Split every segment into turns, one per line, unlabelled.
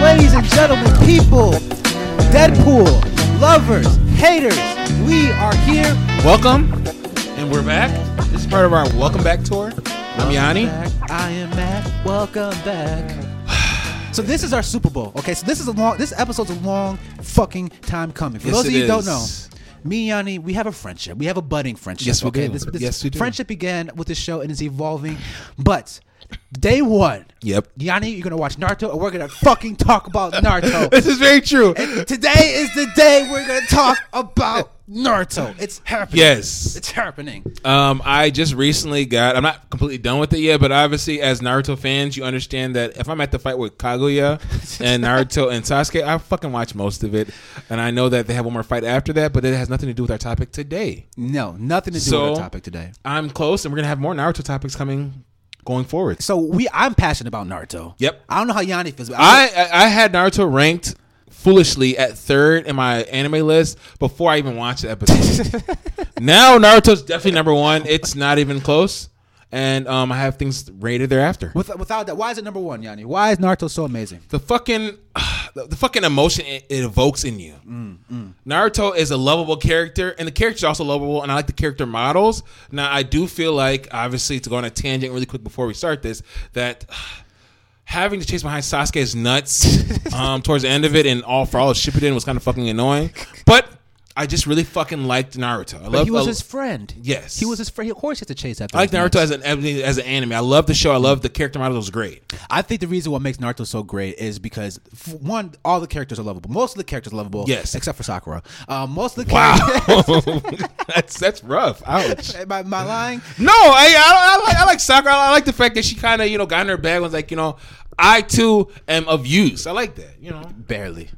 ladies and gentlemen, people, Deadpool, lovers, haters, we are here.
Welcome, and we're back. Oh. This is part of our welcome back tour. I'm Yanni.
Welcome back. I am Matt. Welcome back. So this is our Super Bowl. Okay, so this is a long. This episode's a long fucking time coming. For
Yes,
those of
it
you who don't
is.
know, me and Yanni, we have a friendship. We have a budding friendship.
Yes, we
okay?
do. Yes, we do.
Friendship began with the show and is evolving, but day one,
Yep.
Yanni, you're gonna watch Naruto, and we're gonna fucking talk about Naruto.
This is very true.
Today is the day we're gonna talk about Naruto. It's happening.
Yes.
It's happening.
Um, I just recently got. I'm not completely done with it yet, but obviously, as Naruto fans, you understand that if I'm at the fight with Kaguya and Naruto and Sasuke, I fucking watch most of it, and I know that they have one more fight after that, but it has nothing to do with our topic today.
No, nothing to do
So-
with our topic today.
I'm close, and we're gonna have more Naruto topics coming going forward.
So we, I'm passionate about Naruto.
Yep.
I don't know how Yanni feels. But
I, I I had Naruto ranked foolishly at third in my anime list before I even watched the episode. now Naruto's definitely number one. It's not even close, and um, I have things rated thereafter.
With, without that, why is it number one, Yanni? Why is Naruto so amazing?
The fucking the the fucking emotion it, it evokes in you.
Mm,
Naruto is a lovable character, and the character's also lovable, and I like the character models. Now, I do feel like, obviously, to go on a tangent really quick before we start this, that having to chase behind Sasuke's nuts um, towards the end of it and all for all of Shippuden was kind of fucking annoying. But I just really fucking liked Naruto. I love
he was
I-
his friend.
Yes.
He was his friend. Of course, he has to chase after.
I like
his
Naruto
nuts.
as an as an anime. I love the show. I love the character model. It was great.
I think the reason what makes Naruto so great is because f- one, all the characters are lovable. Most of the characters are lovable.
Yes.
except for Sakura. Uh, most of the characters.
that's that's rough. Ouch.
Am I, am I lying?
No, I I, I, like, I like soccer. I like the fact that she kind of you know got in her bag and was like you know I too am of use. I like that. You know.
Barely.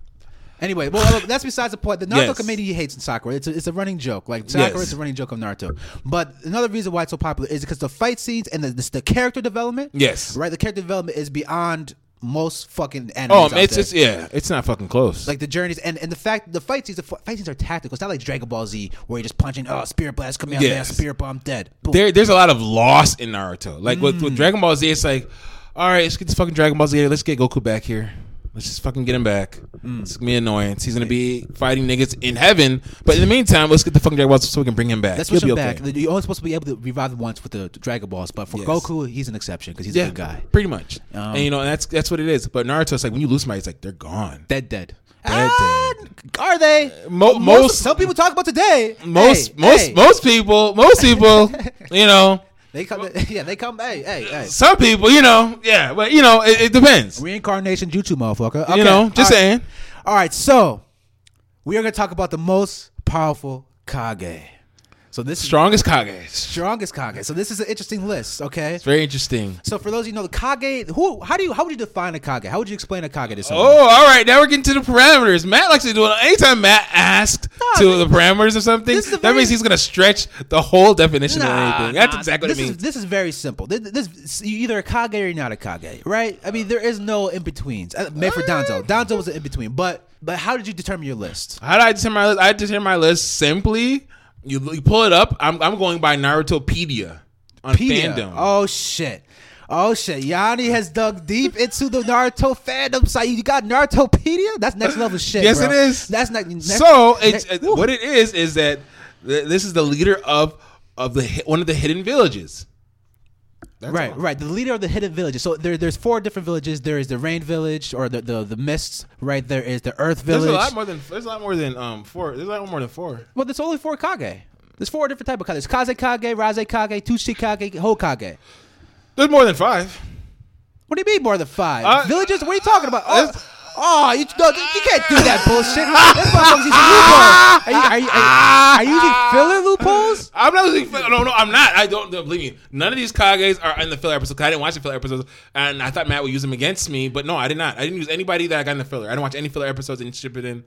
Anyway, well, look, that's besides the point. The Naruto
Yes.
community hates Sakura. It's a, it's a running joke. Like Sakura
Yes.
is a running joke of Naruto. But another reason why it's so popular is because the fight scenes and the, the, the character development.
Yes.
Right. The character development is beyond most fucking animes.
Oh,
out
man, it's
there.
it's yeah, it's not fucking close.
like the journeys and, and the fact the fight scenes the fi- fight scenes are tactical. It's not like Dragon Ball Z where you're just punching. Oh, spirit blast coming out there,
Yes.
spirit bomb dead. Boom.
there there's a lot of loss in Naruto. Like with, with Dragon Ball Z, it's like all right, let's get this fucking Dragon Ball Z. Let's get Goku back here. Let's just fucking get him back. It's gonna be annoyance. He's gonna be fighting niggas in heaven, but in the meantime, let's get the fucking Dragon Ball Z so we can bring him back.
Let's
He'll
push him
be
back.
okay.
You're only supposed to be able to revive him once with the Dragon Balls, but for
Yes.
Goku, he's an exception because he's a good guy.
pretty much.
Um,
and you know and that's that's what it is. But Naruto, it's like when you lose somebody, it's like they're gone.
Dead, dead.
Dead,
Ah, Are they?
Mo- most-
some people talk about today.
most
Hey,
most
hey.
most people most people you know
They come. Yeah, they come. Hey, hey, hey.
some people you know yeah but you know it, it depends
Reincarnation jutsu, motherfucker. Okay,
you know just
all right.
saying
All right, so we are gonna talk about the most powerful Kage. So this is
strongest kage it's
strongest Kage. So this is an interesting list. Okay.
very interesting
So for those of you who know the Kage, who how do you how would you define a Kage? How would you explain a Kage to someone?
oh all right now we're getting to the parameters Matt likes to do it anytime Matt asked
Nah,
to
man.
the parameters of something
This is a
that
very-
means he's gonna stretch the whole definition
Nah,
of anything that's
nah,
exactly what
this
it
Is,
means
this is very simple. This, this you either a Kage or you're not a Kage, right? I mean, there is no in betweens. Made for Donzo. Donzo was an in between, but but how did you determine your list?
how do I determine my list I determine my list simply you, you pull it up I'm, I'm going by Narutopedia on
Pedia.
fandom
Oh shit. Oh shit. Yanni has dug deep into the Naruto fandom site. You got Narutopedia? That's next level shit.
Yes,
bro.
it is.
That's not next,
so it's
next-
uh, what it is is that th- this is the leader of of the hi- one of the hidden villages. That's
right,
all.
right. The leader of the hidden villages. So there, there's four different villages. There is the rain village or the the, the mists. Right there is the earth
There's
village.
a lot more than there's a lot more than um four. There's a lot more than four.
Well, there's only four Kage. There's four different type of Kage. There's Kaze Kage, Raze Kage, Tushi Kage, Hokage.
There's more than five.
What do you mean more than five?
Uh,
Villages? What are you talking about? Oh,
it's-
oh, you, no, you can't do that bullshit. That's motherfucker's using loopholes. Are you, are, you, are, you, are you using filler loopholes?
I'm not losing. No, no, I'm not. I don't, don't believe me. None of these Kages are in the filler episode. 'cause I didn't watch the filler episodes, and I thought Matt would use them against me, but no, I did not. I didn't use anybody that I got in the filler. I didn't watch any filler episodes and ship it in.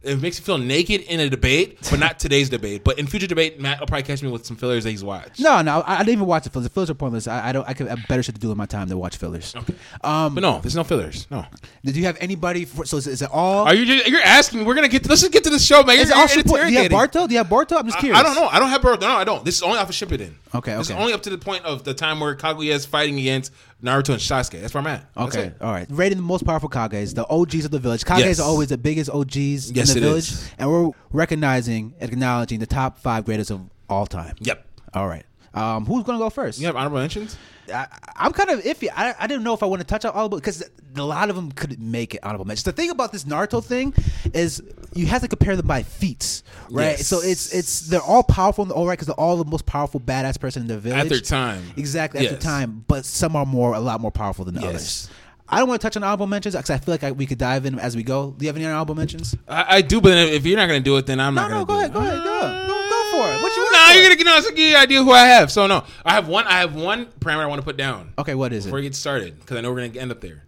It makes me feel naked in a debate, but not today's debate. But in future debate, Matt will probably catch me with some fillers that he's watched.
No, no, I, I didn't even watch the fillers. The fillers are pointless. I, I don't. I could I have better shit to do with my time than watch fillers. Okay. Um,
But no, there's no fillers. No.
did you have anybody? For, so is, is it all?
Are you? Just, you're asking. We're gonna get. To, let's just get to the show, man.
is
You're,
it all
you're, it's
support? Do you have
irritating.
Barto? Do you have Barto? I'm just
I,
curious.
I don't know. I don't have Barto. No, I don't. This is only off of Shippuden.
Okay,
This is
okay.
only up to the point of the time where Kaguya is fighting against Naruto and Sasuke. That's where I'm at. That's
Okay,
it.
all right. Rating the most powerful Kages, the OGs of the village. Kages
Yes.
are always the biggest OGs
Yes,
in the
it
village,
is.
and we're recognizing, acknowledging the top five greatest of all time.
Yep.
All right. Um, who's gonna go first?
You have honorable mentions?
I, I'm kind of iffy. I, I didn't know if I want to touch on all of because a lot of them could make it honorable mentions. The thing about this Naruto thing is you have to compare them by feats, right?
Yes.
So it's it's they're all powerful in the all right because they're all the most powerful badass person in the village
At their time.
Exactly at their
Yes.
time, but some are more a lot more powerful than others. I don't want to touch on honorable mentions because I feel like I, we could dive in as we go. Do you have any honorable mentions?
I, I do, but then if you're not gonna do it, then I'm
No,
not.
no,
gonna
go
do
ahead,
it.
go ahead, go, go, go for it. What you want?
Nah,
for?
you're gonna, you know, it's like give you an idea who I have. So no, I have one. I have one parameter I want to put down
Okay, what is it?
before we get started because I know we're gonna end up there.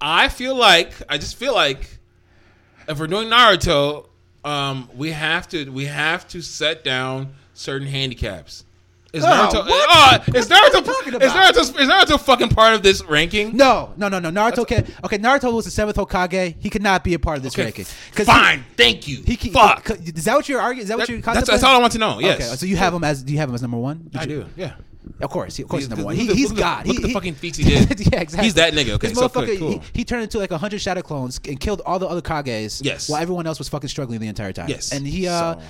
I feel like I just feel like if we're doing Naruto, um, we have to we have to set down certain handicaps. Is
Oh,
Naruto?
what?
Oh, is
What the
Naruto?
fuck are you talking
Is
about?
Naruto? Is Naruto fucking part of this ranking?
No, no, no, no. Naruto can. Okay, Naruto was the seventh Hokage. He could not be a part of this
Okay,
ranking. 'Cause
Fine. thank you.
He, he can,
Fuck.
c- Is that what you're arguing? Is that, what
That-
you're?
that's, that's all I want to know. Yes.
Okay, so you have him as do you have him as number one? Did
I
you-
do. Yeah.
Of course, he- of course, he's
Look
number
at-
one.
look
He,
at the-
he's
look at the-
God.
look
He-
at the
he-
fucking feats he did.
yeah, exactly.
He's that nigga. Okay,
This
so okay,
motherfucker,
cool.
he, he turned into like hundred shadow clones and killed all the other Kages.
Yes.
While everyone else was fucking struggling the entire time.
Yes.
And he, uh,
So,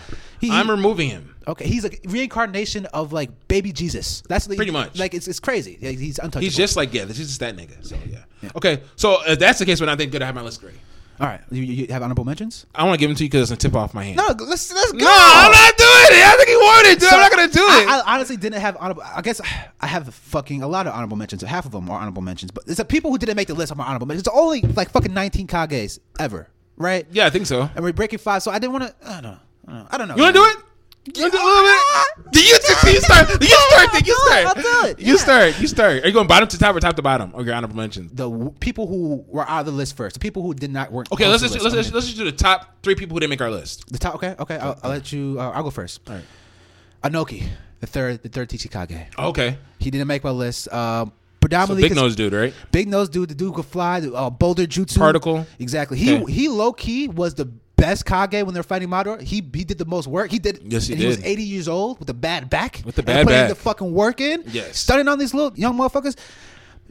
he,
I'm removing him.
okay, he's a reincarnation of like baby Jesus. That's the-
Pretty much.
Like it's it's crazy. Like, he's untouchable.
He's just like yeah, this is just that nigga. So yeah. Okay, so if that's the case, when I think good, I have my list great.
all right. You, you have honorable mentions?
I want to give him to you because it's a tip off my hand.
No, let's let's go.
No, I'm not doing it. I think he wanted to. I'm not gonna do
I-
it.
I, honestly didn't have honorable. I guess I have fucking a lot of honorable mentions. Half of them are honorable mentions, but it's the people who didn't make the list are my honorable mentions. It's only like fucking 19 Kages ever, right?
yeah, I think so.
And we're breaking five, so I didn't want to. I don't know. I don't know. I don't know.
You want to do it? You want to do it a little bit? Do you, do you start? Do you start? Do you start?
I'll do it,
You
yeah.
start. You start. Are you going bottom to top or top to bottom? Or your honorable mentions?
The w- people who were out of the list first, the people who did not work.
Okay,
on
let's
the
just,
list.
let's
I'm
just, let's just do the top three people who didn't make our list.
in. the top. Okay, okay. I'll, I'll let you. Uh, I'll go first. All
right.
Anoki, the third, the third Tichikage.
Oh, Okay,
He didn't make my list. Um,
so
predominantly
big
'cause-
nose dude, right?
Big nose dude, the dude could fly, the uh, boulder jutsu.
Particle.
Exactly. He
Okay.
he low key was the best Kage when they're fighting Madara. He he did the most work. He did.
Yes, he
and He was
did.
80 years old with a bad back.
With the
and
bad
putting
back.
the fucking work in.
Yes.
Stunning on these little young motherfuckers.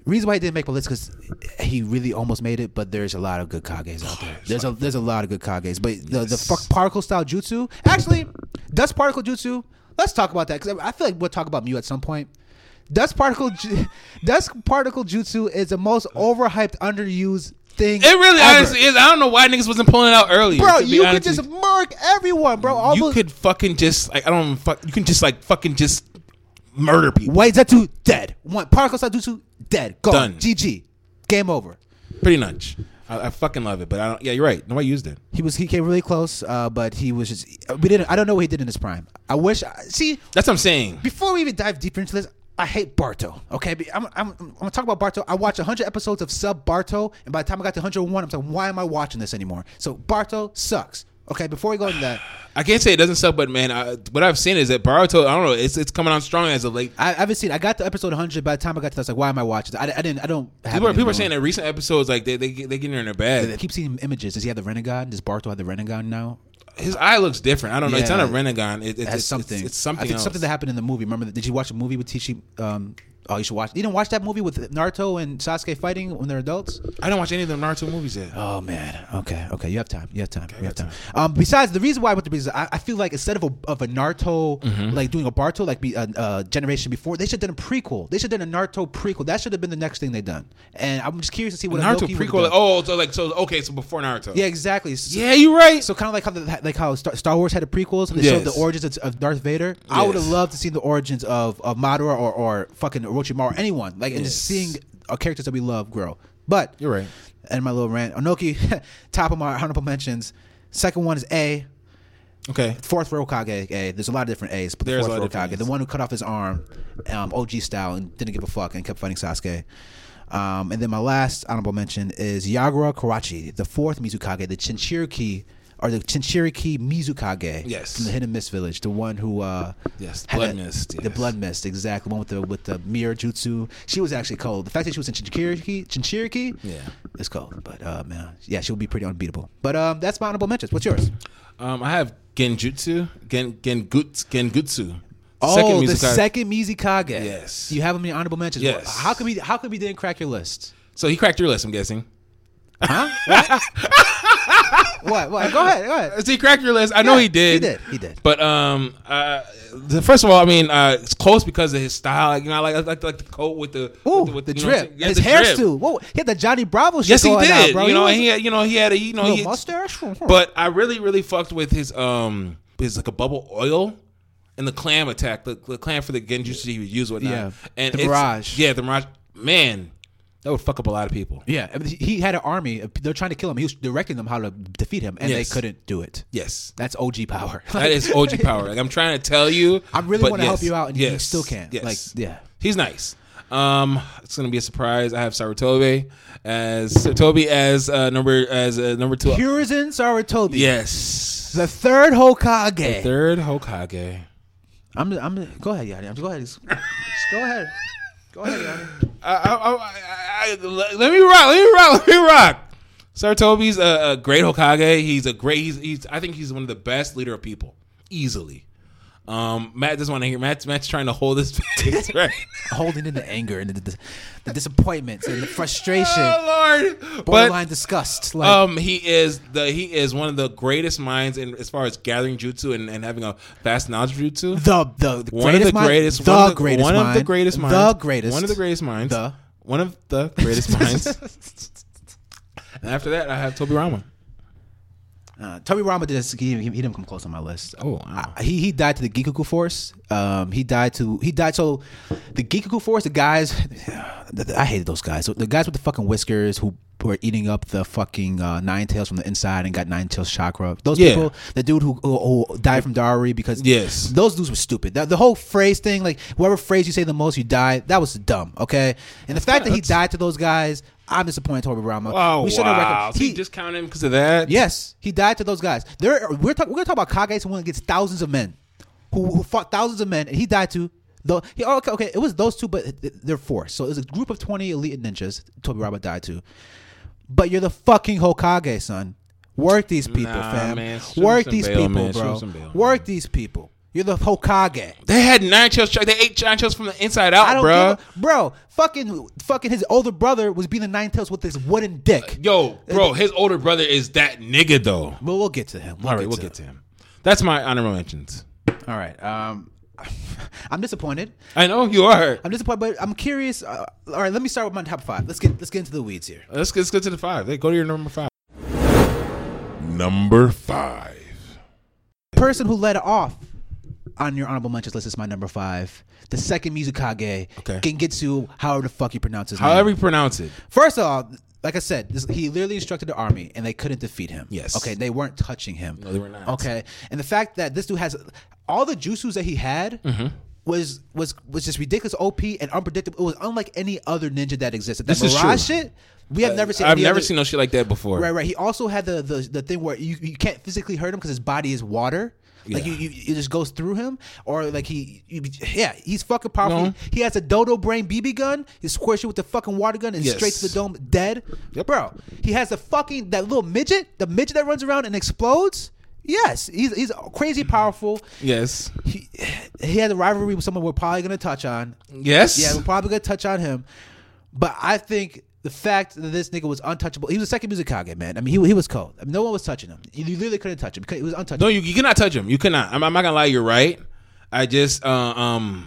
Reason why he didn't make my list because he really almost made it, but there's a lot of good Kages out there. There's a there's a lot of good Kages, but the the fuck particle style jutsu. Actually, dust particle jutsu. Let's talk about that because I feel like we'll talk about Mew at some point. Dust particle, ju- dust particle jutsu is the most overhyped, underused thing.
It really
ever.
honestly is. I don't know why niggas wasn't pulling it out earlier.
bro.
to be
You could
honest with
just murk everyone, bro. All
you
those,
could fucking just like I don't even fuck. You can just like fucking just murder people.
White Zetsu dead. One particle style jutsu dead. Gone.
Done.
GG. Game over.
Pretty much. I, I fucking love it, but I don't. Yeah, you're right. Nobody used it.
He was he came really close, uh, but he was just we didn't. I don't know what he did in his prime. I wish. See,
That's what I'm saying.
before we even dive deeper into this, I hate Barto. Okay, Be- I'm, I'm, I'm gonna talk about Barto. I watched 100 episodes of Sub Barto, and by the time I got to 101, I'm like, why am I watching this anymore? So Barto sucks. Okay, before we go into that,
I can't say it doesn't suck, but man, I, what I've seen is that Baruto. I don't know. It's it's coming on strong as a late.
I, I haven't seen. I got to episode 100. By the time I got to, that, I was like, why am I watching? This? I, I didn't. I don't. Have
People are,
it
people are
anymore.
saying that recent episodes like they they get- they getting her in their
I
bag.
keep seeing images. Does he have the Renegon? Does Barto have the Renegon now?
His eye looks different. I don't know. It's not a
Yeah.
Renegon. It, it's-
It
it's
has something.
It's, it's something.
I think
else.
something that happened in the movie. Remember? that- Did you watch a movie with Tichi? Um, oh, you should watch. You didn't watch that movie with Naruto and Sasuke fighting when they're adults.
I don't watch any of the Naruto movies yet.
Oh man. Okay. Okay. You have time. You have time. you have
got
time. Um. Besides, the reason why I went to Breeze, I, I feel like instead of a, of a Naruto like doing a Barto like be a, a generation before, they should have done a prequel. They should have done a Naruto prequel. That should have been the next thing they done. And I'm just curious to see what
Naruto
Inoki would've done.
prequel. Like, oh, so like so okay, so before Naruto.
Yeah. Exactly. So,
yeah, you're right.
So kind of like how the, like how Star, Star Wars had a prequel, so they showed
Yes.
the origins of, of Darth Vader. I would have
Yes.
loved to see the origins of, of Madara or, or fucking Orochimaru, or anyone like and just
Yes.
seeing uh, characters that we love grow. But
You're right.
And my little rant, Onoki, top of my honorable mentions. Second one is A.
okay.
Fourth Rokage A. There's a lot of different A's, but the
There's a lot
fourth
of different
Rokage, the
A's.
one who cut off his arm, um, OG style, and didn't give a fuck and kept fighting Sasuke. Um, and then my last honorable mention is Yagura Karachi, the fourth Mizukage, the Chinchiriki or the Chinchiriki Mizukage
Yes.
from the Hidden Mist Village, the one who uh,
Yes,
had
Blood
that-
Mist,
the
yes.
Blood Mist, exactly, one with the with the mirror jutsu. She was actually cold. The fact that she was in Chinchiriki, Chinchiriki,
Yeah.
it's cold. But uh, man, yeah, she would be pretty unbeatable. But um, that's my honorable mentions. What's yours?
Um, I have Genjutsu, Gen Genguts, Genjutsu,
Oh, the
Mizukage.
second Mizukage.
Yes.
You have him in your honorable mentions.
Yes.
How come he? How come he didn't crack your list?
So he cracked your list, I'm guessing.
Huh? What? what? What? Go ahead. Go ahead.
So he cracked your list. I know
Yeah,
he did.
he did, he did.
But um, uh, the, first of all, I mean, uh, it's close because of his style. Like, you know, I like I like, like the coat with the
Ooh,
with, with
the
you know what
drip.
I'm saying? Yeah,
His
the
hair
drip.
too. Whoa, he had the Johnny Bravo shit
Yes, he
going
did.
on, bro.
You know,
was
and he had, you know he had a you know
a
he,
mustache. Hmm, But
But I really, really fucked with his um his like a bubble oil and the clam attack, the, the clam for the Genjutsu he would use whatnot.
Yeah.
And
The
it's-
barrage.
Yeah, the mirage. Man, that would fuck up a lot of people.
yeah, I mean, he- he had an army. They're trying to kill him. He was directing them how to defeat him, and
Yes.
they couldn't do it.
Yes.
That's OG power.
That is OG power. Like I'm trying to tell you.
I really
but
want to help
yes,
you out, and you
yes,
still can't.
yes.
Like, yeah.
He's nice. Um, it's gonna be a surprise. I have Sarutobi as Sarutobi as uh, number as uh, number two.
Purizen Sarutobi.
Yes,
The third Hokage.
third Hokage.
I'm. I'm. Go ahead, Yanni. I'm just go ahead. Just, just go ahead. Go ahead, Yanni.
I, I, I, I, let let me rock. Let me rock. Let me rock. Sarutobi's a, a great Hokage. He's a great. He's, he's. I think he's one of the best leader of people, easily. Um, Matt doesn't want to hear. Matt's Matt's trying to hold his face right.
Holding in the anger and the, the, the disappointments and the frustration,
oh Lord!
borderline
But
disgust. Like,
um, he is the he is one of the greatest minds in as far as gathering jutsu and, and having a vast knowledge of jutsu.
the the, the
one of
greatest
the
mind-
greatest,
the
one of the,
greatest,
one of the
mind,
greatest minds,
the greatest,
one of the greatest minds,
The.
one of the greatest minds. And after that, I have Toby Rama.
Uh, Toby Rama did this, he, he, he didn't come close on my list.
Oh, wow.
I- he he died to the Geekuku Force. Um, he died to he died so the Geekuku Force. The guys, I hated those guys. So the guys with the fucking whiskers who were eating up the fucking uh, nine tails from the inside and got nine tails chakra. Those
Yeah.
people, the dude who, who, who died from diarrhea because
Yes.
those dudes were stupid. The, the whole phrase thing, like whatever phrase you say the most, you die. That was dumb. Okay, and the fact that he
that's-
died to those guys, I'm disappointed. Toby Rama.
Oh
shouldn't have
wow!
recon-
so
he-
you discount him because of that?
Yes, he died to those guys. There, we're talk, we're gonna talk about Kage, someone against thousands of men, who, who fought thousands of men, and he died to. Though, he, oh, okay, okay, it was those two, but th- they're four. So it was a group of twenty elite ninjas. Toby Robert died to, but you're the fucking Hokage, son. Work these people,
Nah,
fam.
man, shoot
Work
some
these
bail,
people,
man. Shoot
bro.
some bail,
Work these people. You're the Hokage.
They had nine chills. They ate nine chills from the inside
I
out,
don't
bro.
give a, bro. Fucking, fucking. His older brother was beating the nine tails with his wooden dick.
Yo, bro, his older brother is that nigga though.
But we'll get to him.
All right, we'll
to him.
get to him. That's my honorable mentions.
All right. Um, I'm disappointed.
I know you are.
I'm disappointed, but I'm curious. Uh, all right, let me start with my top five. Let's get let's get into the weeds here.
Let's get, let's get to the five. Hey, go to your number five. Number five.
Person who led off on your honorable mentions list is my number five. The second Mizukage,
Okay.
Gengetsu, however the fuck you pronounce his name.
However you pronounce it.
First of all, like I said, this, he literally instructed the army, and they couldn't defeat him.
Yes.
Okay, they weren't touching him. No,
they were not.
Okay, and the fact that this dude has all the jutsus that he had.
Mm-hmm.
Was was was just ridiculous, OP and unpredictable. It was unlike any other ninja that existed. That
This is
Mirage
true. Uh,
shit, we have never seen.
I've
any
never
other-
seen no shit like that before.
Right, right. He also had the the, the thing where you, you can't physically hurt him because his body is water. Like
Yeah.
you, you, it just goes through him, or like he, you, yeah, he's fucking powerful.
No.
He has a dodo brain BB gun. He squirts you with the fucking water gun and
Yes.
straight to the dome, dead, bro. He has the fucking that little midget, the midget that runs around and explodes. Yes, he's he's crazy powerful.
Yes.
He he has a rivalry with someone we're probably gonna touch on.
Yes.
Yeah, we're probably gonna touch on him, but I think the fact that this nigga was untouchable, he was the second Mizukage, man. I mean, he he was cold. I mean, no one was touching him. You literally couldn't touch him. He was untouchable.
No, you, you cannot touch him. You cannot. I'm, I'm not gonna lie. You're right. I just uh, um,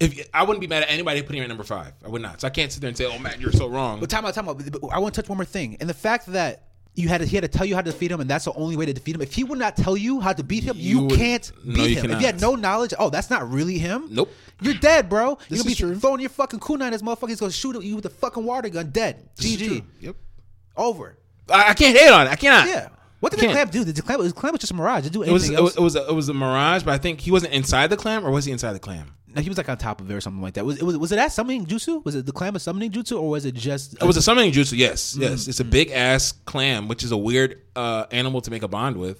if I wouldn't be mad at anybody putting him at number five. I would not. So I can't sit there and say, "Oh, Matt, you're so wrong."
But time out, time out. But I want to touch one more thing, and the fact that you had to, he had to tell you how to defeat him, and that's the only way to defeat him. If he would not tell you how to beat him, you,
You would-
can't
no,
beat
you
him. If you had no
cannot.
knowledge, oh, that's not really him.
Nope.
You're dead, bro. You're
This
gonna be
is true.
throwing your fucking kunai at this motherfucker. He's gonna shoot you with the fucking water gun. Dead. GG.
Yep.
Over.
I, I can't hate on it. I cannot.
Yeah. What did the
Can't.
clamp do? The clamp, the clamp was just a mirage. Did do
It was
anything
it
else?
was it was, a, it was a mirage, but I think he wasn't inside the clam, or was he inside the clam?
No, he was like on top of it or something like that. Was it was, was it that summoning jutsu? Was it the clam of summoning jutsu, or was it just?
It Oh, was a summoning jutsu. Yes,
Mm-hmm.
yes. It's a big ass clam, which is a weird uh, animal to make a bond with.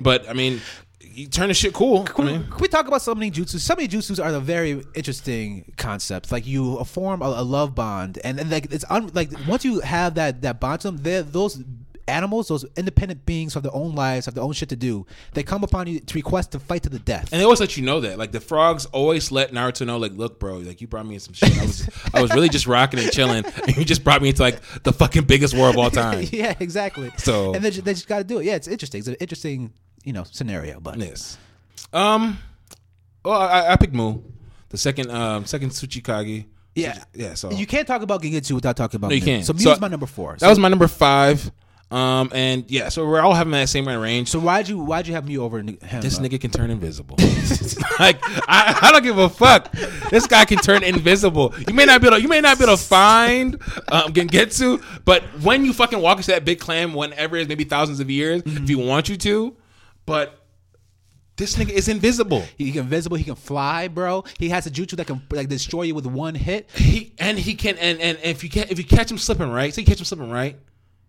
but I mean, you turn the shit cool. I
Can we,
mean,
can we talk about summoning jutsu? Summoning jutsus are the very interesting concepts. Like you form a, a love bond, and, and like it's un, like once you have that that bond to them, they're- those animals, those independent beings, have their own lives, have their own shit to do. They come upon you to request to fight to the death.
And they always let you know that. Like the frogs always let Naruto know, like, look, bro, like you brought me in some shit. I was I was really just rocking and chilling, and you just brought me into like the fucking biggest war of all time.
yeah, exactly.
So-
and they just, they just got to do it. Yeah, it's interesting. It's an interesting, you know, scenario. But
Yes. Um. Well, I, I picked Mu, the second um second Tsuchikage.
yeah,
Tsuchi- yeah. So
you can't talk about Gengetsu without talking about.
No, you
Mu.
can't.
So Mew's
So-
my number four.
that was my number five. Um. And yeah, so we're all having that same range.
so why'd you why'd you have Mew over n- him?
This
uh,
nigga can turn invisible. like I, I don't give a fuck. This guy can turn invisible. You may not be able, you may not be able to find um, Gengetsu, but when you fucking walk into that big clam, whenever it's maybe thousands of years, if you want you to, but this nigga is invisible.
He can invisible. He can fly, bro. He has a jutsu that can like destroy you with one hit.
He and he can and, and if you can if you catch him slipping right, so you catch him slipping right,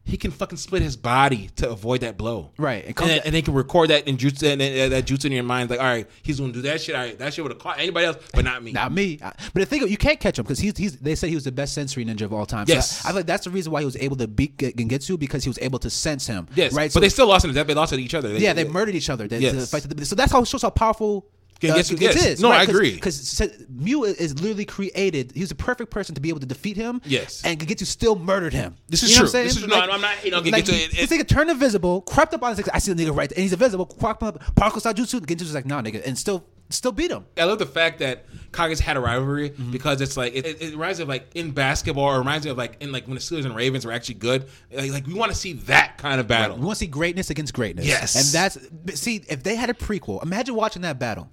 he can fucking split his body to avoid that blow.
Right, and
And,
come
then- and they can record that in jutsu and then, uh, that jutsu in your mind like, all right, he's gonna do that shit. All right, that shit would have caught anybody else, but not me.
Not me. I- But the thing you can't catch him because he's, he's they said he was the best sensory ninja of all time. So
Yes.
I, I feel like that's the reason why he was able to beat Ge- Gengetsu because he was able to sense him.
Yes,
right.
But they still lost in the death. They lost to each other.
yeah, they murdered each other. They,
Yes.
to fight to the- so that's how it shows how powerful. Uh,
Gengetsu-
Gengetsu
yes.
is,
No,
right?
I agree.
Because Mew is- is literally created. He was the perfect person to be able to defeat him.
Yes.
and Gengetsu still murdered him.
This is
You know what
true.
I'm saying?
This is- no, I'm not hating on Gengetsu.
he-
It-
this
it-
nigga turned invisible, crept up on his. I see the nigga right, there, and he's invisible. Crept up, particle style jutsu. Gengetsu's like, nah, nigga, and still, still beat him.
I love the fact that Kages had a rivalry
Mm-hmm.
because it's like it, it, it reminds me of like in basketball, or reminds me of like in like when the Steelers and Ravens were actually good. Like, like we want to see that kind of battle.
We want to see greatness against greatness.
Yes.
and that's but see if they had a prequel. Imagine watching that battle.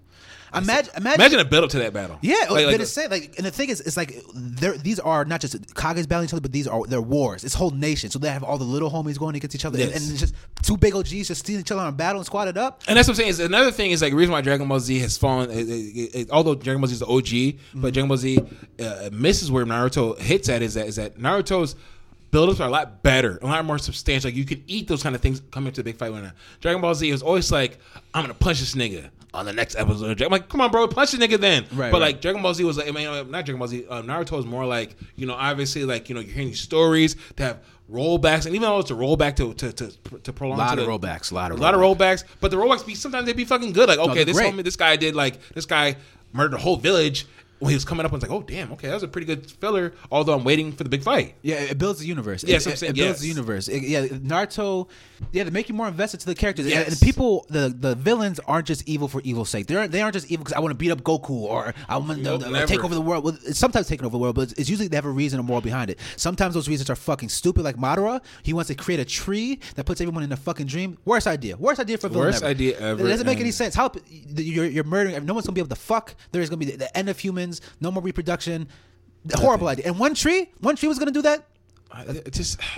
Imagine, imagine,
Imagine a build up to that battle.
Yeah, oh,
like,
but
like,
it's sad. Like, and the thing is, it's like they're, these are not just Kage's battling each other, but these are they're wars. It's whole nations. So they have all the little homies going against each other, and,
Yes.
and it's just two big OGs just stealing each other on battle and squatted up.
and that's what I'm saying. Is another thing is like the reason why Dragon Ball Z has fallen. It, it, it, although Dragon Ball Z is the OG,
Mm-hmm.
but Dragon Ball Z uh, misses where Naruto hits at. Is that is that Naruto's build-ups are a lot better, a lot more substantial. Like you can eat those kind of things coming into the big fight. When Dragon Ball Z is always like, I'm gonna punch this nigga on the next episode. of Dra-" I'm like, come on, bro, punch the nigga then.
Right,
but
right.
like Dragon Ball Z was like, I mean, uh, not Dragon Ball Z. Uh, Naruto is more like, you know, obviously like you know you're hearing these stories that have rollbacks, and even though it's a rollback to to to, to prolong
Lot
to
of
the-
rollbacks, lot of
a lot of rollbacks, but the rollbacks be sometimes they be fucking good. Like, okay,
they're
this
great.
homie, this guy did like this guy murdered a whole village when he was coming up. I was like, oh damn, okay, that was a pretty good filler. Although I'm waiting for the big fight.
Yeah, it builds the universe.
Yes,
it,
I'm saying-
it builds
yes.
the universe. It- yeah, Naruto. Yeah, they make you more invested to the characters.
Yes.
And the people, the, the villains aren't just evil for evil's sake. They aren't. They aren't just evil because I want to beat up Goku or I want
Nope,
to
never.
take over the world. Well, it's sometimes taking over the world, but it's, it's usually they have a reason or moral behind it. Sometimes those reasons are fucking stupid. Like Madara, he wants to create a tree that puts everyone in a fucking dream. Worst idea. Worst idea for a villain.
Worst
ever.
idea ever,
It doesn't make any
and-
sense. How you're, you're murdering? No one's gonna be able to fuck. There's gonna be the, the end of humans. No more reproduction. Horrible idea. And one tree, one tree was gonna do that.
I- It just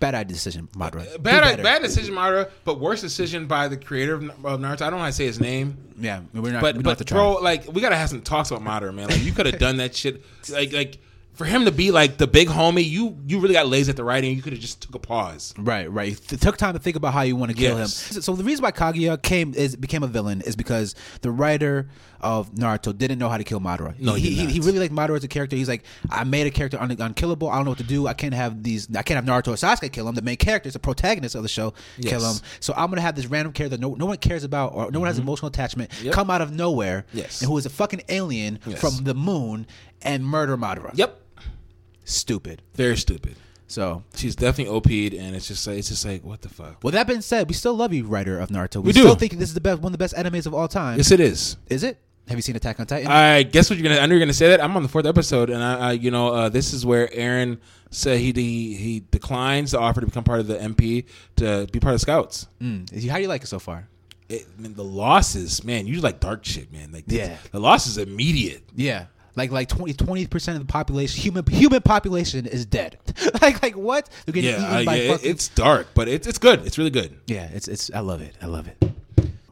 Bad idea decision, Madara. Do
Uh, bad
better.
bad decision, Mara, but worse decision by the creator of of Naruto. I don't know how to say his name.
Yeah, we're not.
But
we don't have to
but
try.
bro, like we gotta have some talks about modern man. Like you could have done that shit. Like like for him to be like the big homie, you you really got lazy at the writing. You could have just took a pause.
Right, right. You th- took time to think about how you want to kill
Yes.
him. So the reason why Kaguya came is became a villain is because the writer of Naruto didn't know how to kill Madara.
No,
he
he did
he,
not.
he really liked Madara as a character. He's like, I made a character un- unkillable. I don't know what to do. I can't have these. I can't have Naruto or Sasuke kill him. The main character is the protagonist of the show. Kill him.
Yes. Mm-hmm.
So I'm gonna have this random character no no one cares about or no one has emotional attachment
Yep.
come out of nowhere.
Yes.
and who is a fucking alien
Yes.
from the moon and murder Madara.
Yep,
stupid.
very stupid.
So
She's definitely OP'd, and it's just like it's just like what the fuck.
Well, that being said, we still love you, writer of Naruto. We,
do.
still think this is the best, one of the best animes of all time.
Yes, it is.
is it? Have you seen Attack on Titan?
I guess what you're gonna. I knew you're gonna say that. I'm on the fourth episode, and I, I you know, uh, this is where Aaron said he, he he declines the offer to become part of the MP to be part of Scouts.
Mm. How do you like it so far?
It, I mean, the losses, man. You like dark shit, man. Like the-
Yeah.
the loss is immediate.
Yeah, like like 20 percent of the population, human human population is dead. like like what? They're getting
Yeah,
eaten
I-
by
yeah, it-
fucking.
it's dark, but it's it's good. It's really good.
yeah, it's it's. I love it. I love it.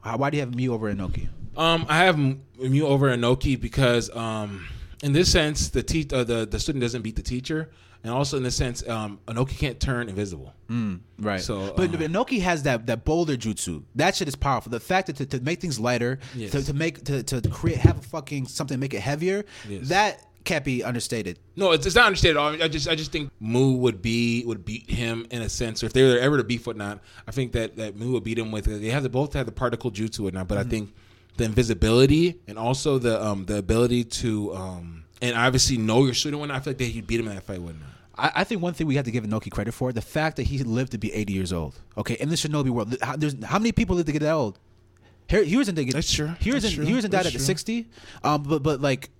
Why, why do you have Mew over Inoki?
Um, I have M- Mew over Inoki because, um, in this sense, the te- uh, the the student doesn't beat the teacher, and also in this sense, um, Inoki can't turn invisible.
Right.
So,
but
uh,
Inoki has that that boulder jutsu. That shit is powerful. The fact that to, to make things lighter,
Yes.
to, to make to, to create have a fucking something make it heavier.
Yes.
That can't be understated.
No, it's, it's not understated at all. I, mean, I just I just think Moo would be would beat him in a sense. Or if they were ever to beef or not, I think that that Moo would beat him with. They have the, both have the particle jutsu and not, but I think the invisibility and also the um the ability to um and obviously know your shooting. When I feel like that he'd beat him in that fight, wouldn't I?
I, I think one thing we have to give Inoki credit for the fact that he lived to be 80 years old. Okay, in the Shinobi world, th- how, there's how many people live to get that old? Here, he wasn't thinking.
That's true.
He
That's
wasn't.
true.
He wasn't died
That's
at the
true.
60. Um, but but like.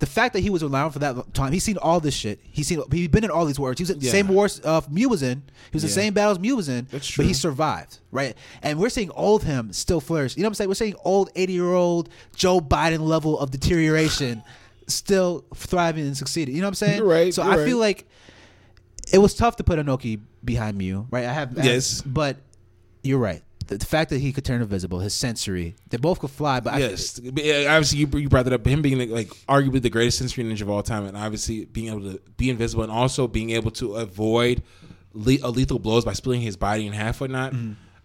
The fact that he was around for that lo- time, he's seen all this shit. He's seen, he's been in all these wars. He was in the
Yeah.
same wars uh, Mew was in. He was in the
Yeah.
same battles Mew was in.
That's
But he
true.
survived, right? And we're seeing old him still flourish. You know what I'm saying? We're seeing old 80 year old Joe Biden level of deterioration still thriving and succeeding. You know what I'm saying?
You're right,
So
you're
I feel like it was tough to put Anoki behind Mew, right? I have I have-
Yes.
but you're right. The, the fact that he could turn invisible, his sensory, they both could fly. But
Yes, But, yeah, obviously you, you brought that up. Him being like, like arguably the greatest sensory ninja of all time, and obviously being able to be invisible and also being able to avoid le- uh, lethal blows by splitting his body in half, whatnot.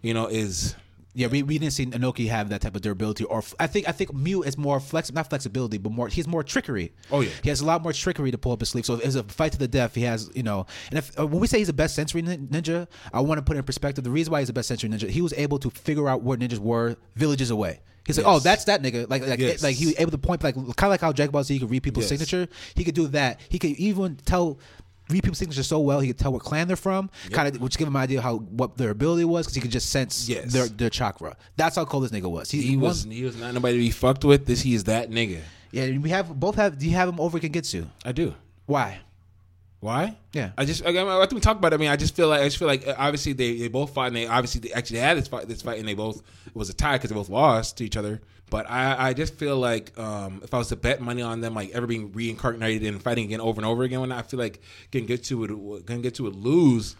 You know, is
I, yeah, we, we didn't see Anoki have that type of durability. Or f- I think I think Mew is more flex, not flexibility, but more he's more trickery.
Oh, yeah.
he has a lot more trickery to pull up his sleeve. So if it's a fight to the death. He has you know, and if uh, when we say he's the best sensory nin- ninja, I want to put in perspective the reason why he's the best sensory ninja. He was able to figure out where ninjas were villages away. He's like,
Yes.
oh, that's that nigga. Like, like,
Yes.
like he was able to point, like, kind of like how Dragon Ball Z could read people's
Yes.
signature. signature. He could do that. He could even tell read people's signature so well. He could tell what clan they're from, kind of which give him an idea how what their ability was because he could just sense
Yes.
their their chakra. That's how cold this nigga was. He,
he
won-
was he was not nobody to be fucked with. This he is that nigga.
Yeah, we have both have. Do you have him over Gengetsu?
I do.
Why?
Why?
Yeah.
I just I, I, I think we talked about. It. I mean, I just feel like I just feel like uh, obviously they, they both fought and they obviously they actually had this fight this fight and they both it was a tie because they both lost to each other. But I I just feel like um if I was to bet money on them like ever being reincarnated and fighting again over and over again, when I feel like Gengetsu would Gengetsu would lose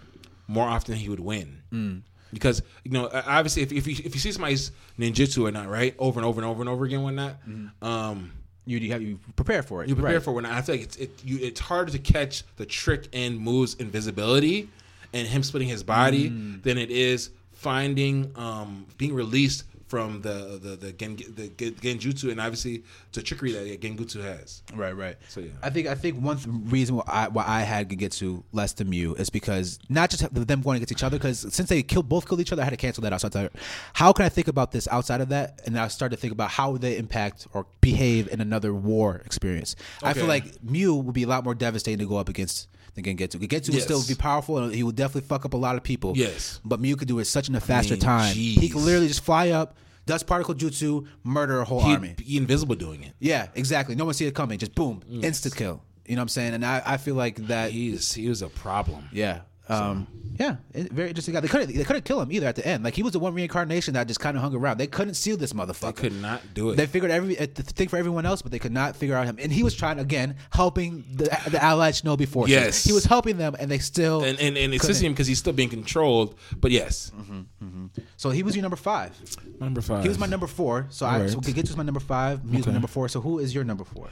more often than he would win. Because you know, uh, obviously, if, if you if you see somebody's ninjutsu or not, right, over and over and over and over again, whatnot, um,
You you have you prepare for it.
you prepare
Right.
for when I feel like it's it, you, it's harder to catch the trick in Moo's invisibility and him splitting his body
Mm.
than it is finding um being released from the the the, gen, the gen- genjutsu and obviously the trickery that genjutsu has.
Right, right.
So, yeah.
I think I think one th- reason why I, why I had Gengetsu less than Mew is because not just them going against each other, because since they killed both killed each other, I had to cancel that outside. That. How can I think about this outside of that? And I started to think about how they impact or behave in another war experience. I feel
Okay.
like Mew would be a lot more devastating to go up against than Gengetsu. Gengetsu would
Yes.
still be powerful, and he would definitely fuck up a lot of people.
Yes.
but Mew could do it such in a faster
mean,
time. He could
jeez.
literally just fly up. Dust particle jutsu, murder a whole
He'd
army.
be invisible doing it.
Yeah, exactly. No one see it coming. Just boom, instant kill. You know what I'm saying? And I, I feel like that.
He's he was a problem.
Yeah. Um, yeah, it- very interesting guy. They couldn't, they couldn't kill him either at the end. Like he was the one reincarnation that just kind of hung around. They couldn't seal this motherfucker.
Could not do it.
They figured every uh, the thing for everyone else, but they could not figure out him. And he was trying again, helping the, the allied Shinobi forces.
Yes.
he was helping them, and they still.
and and, and it's just him because he's still being controlled. But yes,
Mm-hmm. so he was your number five.
number five.
He was my number four. So I
Alright.
so Kigetsu was my number five. Mew's was my number four. So who is your number four?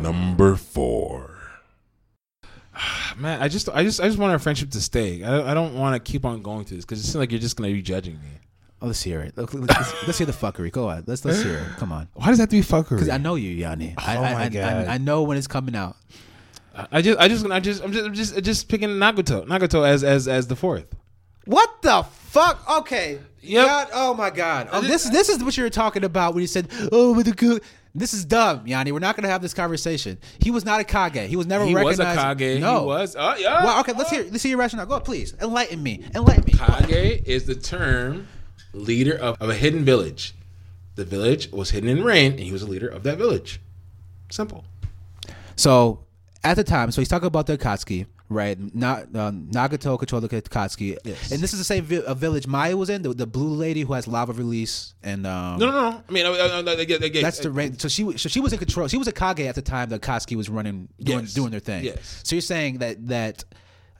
Number four. Ah, Man, I just, I just, I just want our friendship to stay. I, don't- I don't want to keep on going through this because it seems like you're just gonna be judging me.
Oh, let's hear it. Let's, let's, let's hear the fuckery. Go on. Let's let's hear it. Come on.
Why does that have to be
Because
fuckery?
I know you, Yanni. I,
Oh
I,
my
I,
God.
I, I know when it's coming out.
I, I just, I just, I just, I'm just, I'm just, I'm just picking Nagato, Nagato as, as, as the fourth.
What the fuck? Okay.
Yep.
God, oh my God. Oh, this this is what you were talking about when you said, "Oh, with the good." This is dumb, Yanni. We're not gonna have this conversation. He was not a kage. He was never
He was
recognized.
a Kage.
No.
He was. Oh, yeah.
Well, okay. Let's hear. Let's hear your rationale. Go, on, please. Enlighten me. Enlighten me.
Kage is the term leader of, of a hidden village. The village was hidden in rain, and he was a leader of that village. Simple.
So at the time, so he's talking about the Akatsuki, right? Not um, Nagato controlled the Akatsuki,
Yes.
and this is the same vi- uh, village Maya was in. The, the blue lady who has lava release and um,
No, no, no. I mean, I, I, I, I, get- I, get-
That's the rank. So she was so she was in control. She was a Kage at the time that Akatsuki was running doing,
Yes.
doing their thing.
Yes.
So you're saying that that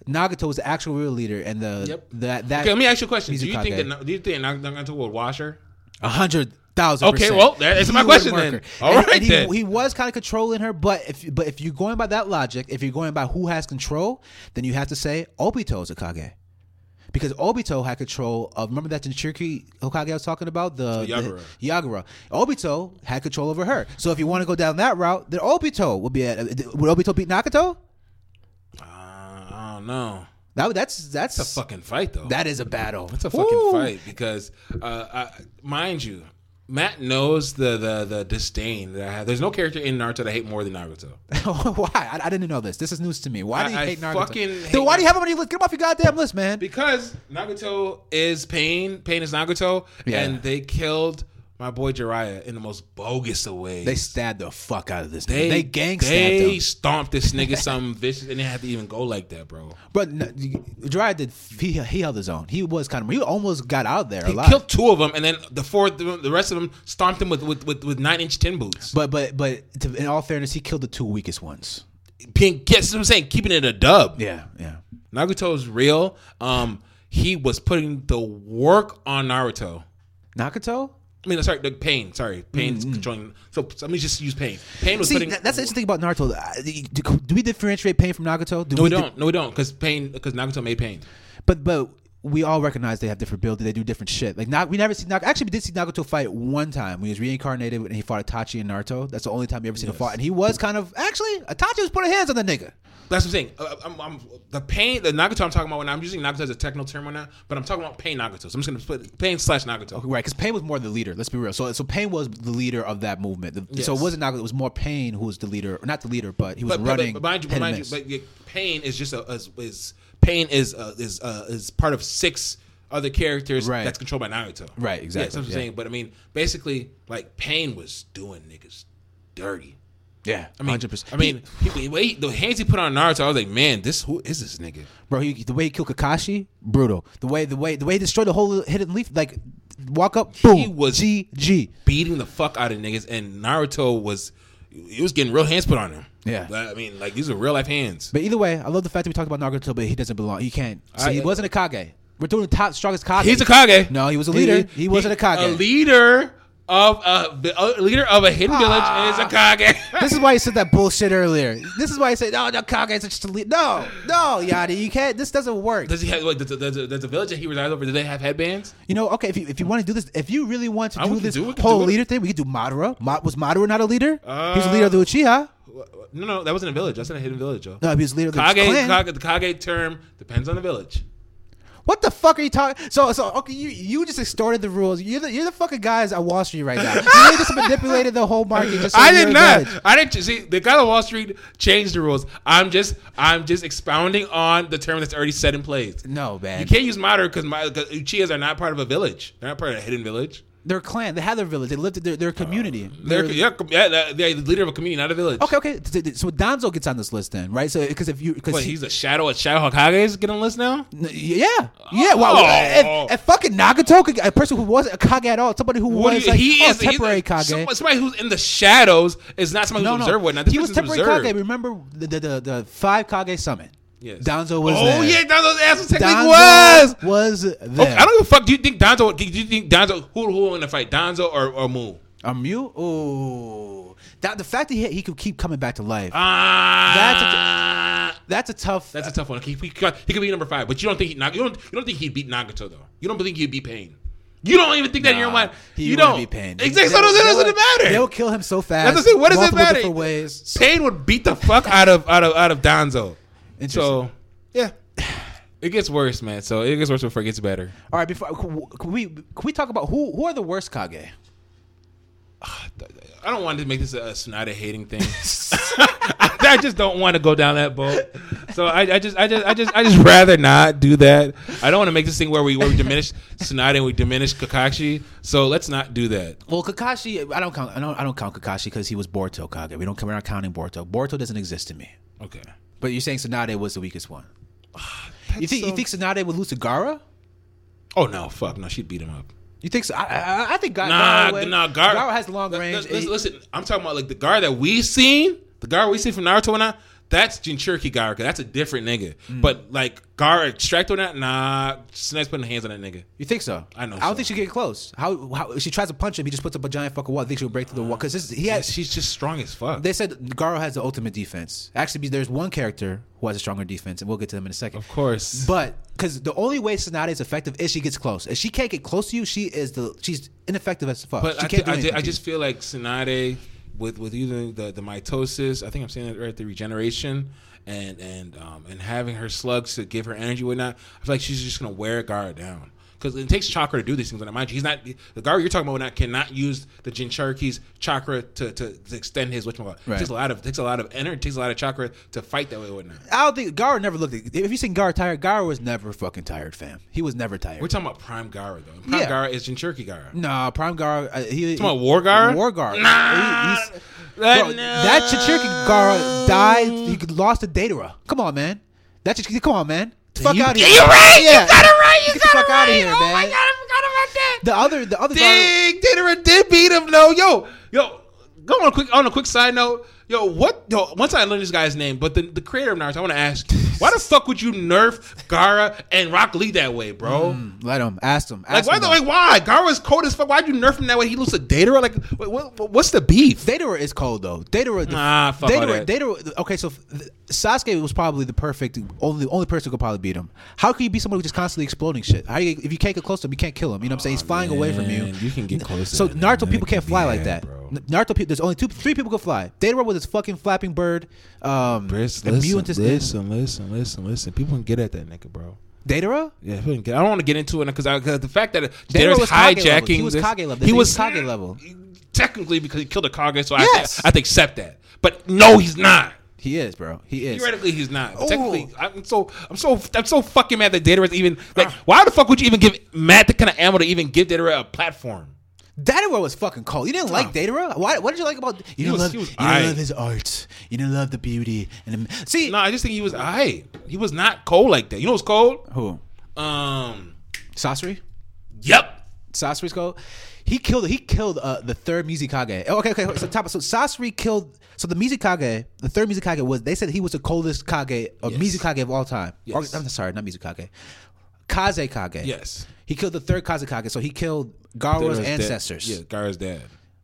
Nagato was the actual real leader and the
Yep.
that that
Okay, let me ask you a question.
he's
Do you
Kage.
think that do you think Nagato would wash her?
a hundred thousand?
Okay,
percent.
well, that- that's
He
my
would
question
work
then.
her.
All
And-
right,
and he,
then.
he was kind of controlling her, but if but if you're going by that logic, if you're going by who has control, then you have to say Obito's a Kage. because Obito had control of remember that Jinchuriki Hokage I was talking about the,
So Yagura.
the- Yagura. Obito had control over her. So if you want to go down that route, then Obito would be at, would Obito beat Nakato?
Uh, I don't know.
That, that's that's
It's a fucking fight though.
that is a battle.
That's a fucking
Woo!
fight because, uh, I, mind you, Matt knows the, the the disdain that I have. There's no character in Naruto that I hate more than Naruto.
why? I, I didn't know this. This is news to me. Why do you
I- I
hate Naruto?
fucking hate
Dude, why do you have him on your list? Get him off your goddamn list, man.
Because Nagato is Pain, Pain is Nagato,
Yeah.
and they killed my boy Jiraiya in the most bogus of ways.
They stabbed the fuck out of this. They, they gang stabbed
They
him.
stomped this nigga something vicious, and they had to even go like that, bro.
But no, Jiraiya did. He, he held his own. He was kind of. He almost got out there a lot.
Killed two of them, and then the fourth, the rest of them stomped him with with, with, with nine inch tin boots.
But but but to, in all fairness, he killed the two weakest ones.
Being, guess what I'm saying? Keeping it a dub.
Yeah, yeah.
Naruto is real. Um, he was putting the work on Naruto.
Nakato.
I mean, sorry, the pain. Sorry, pain's controlling. So let me just use pain. Pain was
Mm-hmm. See,
putting.
tha- that's the interesting thing about Naruto. Uh, Do, do we differentiate pain from Nakato? Do
no, we don't. No, we don't. Because pain. Because Naruto made pain.
But but we all recognize they have different builds. They do different shit. Like Nak, we never see Nak. Actually, we did see Nakato fight one time when he was reincarnated and he fought Itachi and Naruto. That's the only time you ever seen him fight. And he was kind of actually Itachi was putting hands on the nigga.
That's what I'm saying. Uh, I'm, I'm, the pain, the Nagato I'm talking about. When I'm using Nagato as a technical term right now, but I'm talking about pain Nagato. So I'm just gonna put pain slash Nagato.
Right, because Pain was more the leader. Let's be real. So, so Pain was the leader of that movement. The- So
Yes.
it wasn't Nakato. It was more Pain who was the leader, not the leader, but he was
But, but,
running.
but, but mind you,
hit
but
and
mind you,
miss.
but yeah, pain is just a is, is pain is uh, is uh, is part of six other characters
Right.
that's controlled by Naruto.
Right,
Yeah,
exactly,
that's what I'm
yeah.
saying. But I mean, basically, like pain was doing niggas dirty.
yeah,
I mean,
100%.
I mean, he, the way he- the hands he put on Naruto, I was like, man, this who is this nigga?
bro. He, the way he killed Kakashi, brutal. The way, the way, the way he destroyed the whole hidden leaf, like walk up, boom,
He was-
GG.
Beating the fuck out of niggas, and Naruto was he was getting real hands put on him.
Yeah.
Like, I mean, like these are real life hands.
But either way, I love the fact that we talked about Naruto, but he doesn't belong. He can't. See,
I-
he wasn't a Kage. We're doing the top strongest Kage.
He's a Kage.
No, he was a leader. He, wasn't a Kage.
A leader of a, a leader of a hidden village is a Kage.
this is why he said that bullshit earlier. This is why he said, "No, no, Kage is just a leader." No, no, Yadi, you can't. This doesn't work.
Does he have like does, does, does, the village that he resides over? Do they have headbands?
You know, okay, if you if you want to do this, if you really want to
we
do
can
this
do it, we can
whole
do it.
leader thing, we could do Madara. Ma- was Madara not a leader? he was a
Uh,
leader of the Uchiha.
No, no, that wasn't a village. That's not a hidden village, Joe.
No, he was leader of the
Kage,
clan.
Kage, the Kage term depends on the village.
What the fuck are you talking? So, so okay, you you just extorted the rules. You're the you're the fucking guys at Wall Street right now. You really just manipulated the whole market. Just so
I
you're
did not.
advantage.
I didn't see the guy on Wall Street changed the rules. I'm just I'm just expounding on the term that's already set in place.
No, man.
You can't use moderate because my cause Uchiyas are not part of a village. They're not part of a hidden village.
Their clan, they had their village. They lived in their, their community.
Oh, They're,
Their-
yeah, com- yeah, they're, the leader of a community, not a village.
okay, okay. Th- th- So Donzo gets on this list then, right? So because if you because
But he's a shadow. A shadow Hokage is getting on the list now.
N- Yeah, yeah. Wow.
Oh.
If, if fucking Nagato, could, a person who wasn't a Kage at all, somebody who
What do
was
you-
like,
he
oh,
is
temporary
he's,
Kage.
some- Somebody who's in the shadows is not somebody
no,
who's
no,
observed right now. This
he was
person's
temporary
observed.
Kage. Remember the the, the the five Kage summit?
Yes.
Danzo was
oh
there.
yeah, Danzo's ass technically
Danzo
was.
was
Okay,
there.
I don't give a fuck. Do you think Donzo? Do you think Donzo? Who who in the fight? Donzo or or Mu?
A Mew? Ooh, that the fact that he, he could keep coming back to life.
Ah, Uh, that's a
that's a tough. That's
tough one. He, he, could- he could be number five, but you don't think he Nag- you don't you don't think he'd beat Nagato though. You don't think he'd beat Pain. You don't even think that in your mind. you don't.
Be pain.
Exactly. So it doesn't, it doesn't matter.
They'll kill him so fast.
That's the thing. What does it
multiple
matter?
different Ways.
Pain would beat the fuck out of out of out of Donzo. And so yeah, it gets worse, man. So it gets worse before it gets better.
All right, before can we can we talk about who who are the worst Kage?
I don't want to make this a, a Sonata hating thing. I just don't want to go down that boat. So I, I just, I just, I just, I just rather not do that. I don't want to make this thing where we, where we diminish Sonata and we diminish Kakashi. So let's not do that.
Well, Kakashi, I don't count. I don't. I don't count Kakashi because he was Boruto Kage. We don't. We're not counting Boruto. Boruto doesn't exist to me.
Okay.
But you're saying Tsunade was the weakest one.
Ah,
You think? you think Tsunade would lose to Gara?
Oh no, fuck no, she'd beat him up.
You think? So? I, I, I think Gara.
Nah,
would-
nah, Gar-
Gara has long
Li- li-
range.
Listen, listen, I'm talking about like the guard that we seen, the guard we seen from Naruto and I. That's Jinchuriki Gaara. 'cause That's a different nigga. But like Gaara extract on that, nah. Snake's putting hands on that nigga.
You think so?
I know
I don't
so.
think she get close. How, how if she tries to punch him, he just puts up a giant fucking wall. I think she'll break through the wall because he
Yeah,
has.
she's just strong as fuck.
They said Garo has the ultimate defense. Actually, there's one character who has a stronger defense, and we'll get to them in a second.
of course.
But because the only way Sonata is effective is she gets close. If she can't get close to you, she is the she's ineffective as fuck.
But
she
I,
can't
th-
do
I, ju-
anything
I
to
just
you.
feel like Sonade with with using the, the mitosis. I think I'm saying that right. The regeneration and and um, and having her slugs to give her energy and whatnot. I feel like she's just gonna wear Gara down. Because it takes chakra to do these things, and mind you, he's not the Gara you're talking about. Not, cannot use the Jinchuriki's chakra to, to, to extend his which right.
Right.
takes a lot of takes a lot of energy, takes a lot of chakra to fight that way, and whatnot.
I don't think Garo never looked. At, if you seen Garo tired, Garo was never fucking tired, fam. He was never tired.
We're talking about Prime Gara though. Prime
Yeah.
Gara is Jinchuriki Gara.
Nah, Prime Gar. Uh, he,
Talking about War Gar?
War Gar.
Nah.
He- he's- bro, that Chichiriki Gar died. He lost to Datara. Come on, man. That Chichiriki, come on, man. Get the fuck
You-
out of here.
You're right.
Yeah.
You got it right. You
Get
got
the fuck
it
out
right.
of here,
oh
man.
my god, I forgot about that.
The other, the other Gar.
Dang, Gatorade did beat him though. Yo, yo, go on a quick on a quick side note. Yo, what? Yo, once I learned this guy's name, but the, the creator of Naruto, I want to ask, why the fuck would you nerf Gara and Rock Lee that way, bro?
Let him. Ask him.
Like
Ask
why?
him
The,
though.
like why? Gara's cold as fuck. Why'd you nerf him that way? He looks a Datara. Like what, what, what's the beef?
Datara is cold though. Datara,
Nah, fuck all
Datara,
that.
Datara. Okay, so th- Sasuke was probably the perfect only only person who could probably beat him. How could you be someone who's just constantly exploding shit? How you, if you can't get close to him, you can't kill him. You know what I'm saying? He's flying away from you.
man, you can get close to
So
that,
Naruto
man.
people
It could
can't
be
fly like
bad,
that.
bro.
N- Naruto people. There's only two, three people who could fly. Datara with his fucking flapping bird. Um, immune to
listen, listen, listen. People can get at that nigga, bro.
Datara.
Yeah, people can get, I don't want to get into it because the fact that
Datara
Datara's
was Kage level.
hijacking.
He was
this-
Kage level.
He
He
was
was Kage level.
Technically, because he killed a Kage, so
Yes.
I, have to, I have to accept that. But no, he's not.
He is, bro. He is.
Theoretically, he's not. But Technically, I'm so I'm so I'm so fucking mad that Datara's even like. Why the fuck would you even give Matt the kind of ammo to even give Datara a platform?
Datara was fucking cold. You didn't like Datara. Why, what did you like about? You didn't
was-
love.
he was
you didn't
aight.
love his art. You didn't love the beauty and the, see.
No, I just think he was I. He was not cold like that. You know what's cold?
Who?
Um.
Sasori.
Yep.
Sasori's cold. He killed. He killed uh, the third Mizukage. Oh, Okay, okay. So top. So Sasori killed. So the Mizukage, the third Mizukage was. They said he was the coldest Kage or Mizukage of all time. Or-
Yes.
I'm sorry, not Mizukage. Kaze Kage.
Yes.
He killed the third Kaze Kage. So he killed Garo's
Datara's dad-
ancestors.
Yeah, Gara's dad.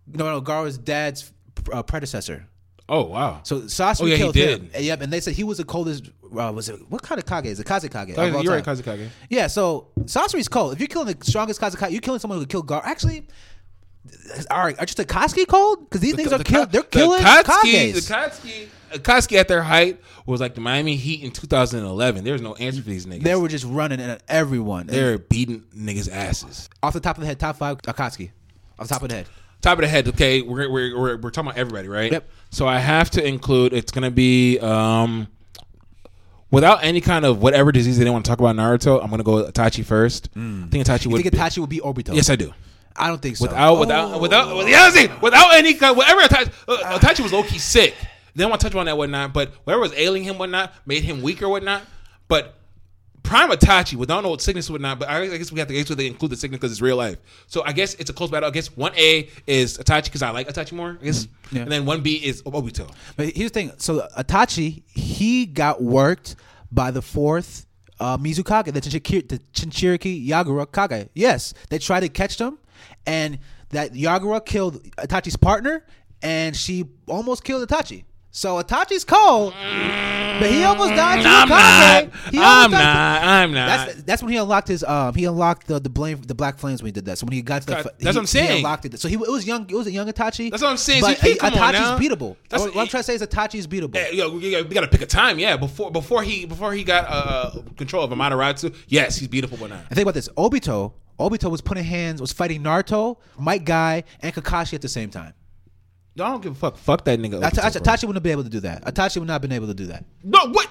No, no, Garo's dad's uh, predecessor.
Oh wow.
So Sasori
Oh, yeah, he
killed him.
did.
Yep, and they said he was the coldest. Uh, was it what kind of Kage is it? Kazekage.
You're
of all
right,
time.
Kazekage.
Yeah, so Sasori's cold. If you're killing the strongest Kazekage, you're killing someone who could kill Gar. Actually, all right, are just the Katsuki cold? Because these things are
the
killed.
Ka-
They're
the
killing
Kotsky-
Kages.
The Kotsky, Kotsky at their height was like the Miami Heat in 2011. There was no answer for these niggas.
they
They were,
were just running at everyone.
beating niggas' asses.
off the top of the head, top five Akatsuki. Off the top of the head.
Top of the head. Okay, we're we're we're, we're talking about everybody, right?
Yep.
So I have to include. It's gonna be. um Without any kind of whatever disease they didn't want to talk about in Naruto, I'm gonna go with Itachi first. I think Itachi
Mm. You
would.
think
be-
Itachi would be Obito?
yes, I do.
I don't think so.
Without,
Oh.
without, without, yeah, I see, without any kind, whatever Itachi,
Ah.
uh, Itachi was low key sick. They don't want to touch on that whatnot, but whatever was ailing him whatnot made him weaker whatnot. But prime Itachi, without no sickness whatnot, but I, I guess we have to I guess they include the sickness because it's real life. So I guess it's a close battle. I guess one A is Itachi because I like Itachi more. I guess,
Mm-hmm. Yeah.
and then one B is Obito.
But here's the thing. So Itachi, he got worked by the fourth uh, Mizukage, the, Chinchir- the Chinchiriki Yagura Kage. Yes, they tried to catch them, and that Yagura killed Itachi's partner, and she almost killed Itachi. So Itachi's cold, but he almost died to
I'm
Kage.
not.
He
I'm
almost died to-
not. I'm not.
That's, that's when he unlocked his um he unlocked the the blame the black flames when he did that. So when he got to the
That's
fi-
what
he-
I'm saying.
He unlocked it. So he it was young it was a young Itachi.
That's what I'm saying. So
But
you can't- come on
Itachi's
now.
beatable.
That's- Eh.
what, I'm trying to say is Itachi is beatable.
Yeah, yo, we, we gotta pick a time. Yeah, before before he before he got uh, control of Amaterasu. Yes, he's beautiful, but not.
And think about this: Obito, Obito was putting hands, was fighting Naruto, Mike Guy, and Kakashi at the same time.
No, I don't give a fuck. Fuck that nigga.
Ita-
Obito, bro.
Itachi wouldn't have been able to do that. Itachi would not have been able to do that.
No, what?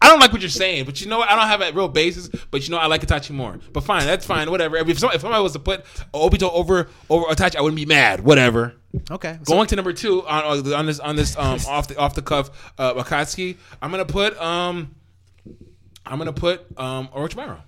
I don't like what you're saying, but you know what? I don't have a real basis, but you know I like Itachi more. But fine, that's fine, whatever. If, some, if somebody was to put Obito over over Itachi, I wouldn't be mad. Whatever.
Okay, so
Going to number two on on this on this um off the off the cuff uh, Akatsuki, I'm gonna put um I'm gonna put um Orochimaru.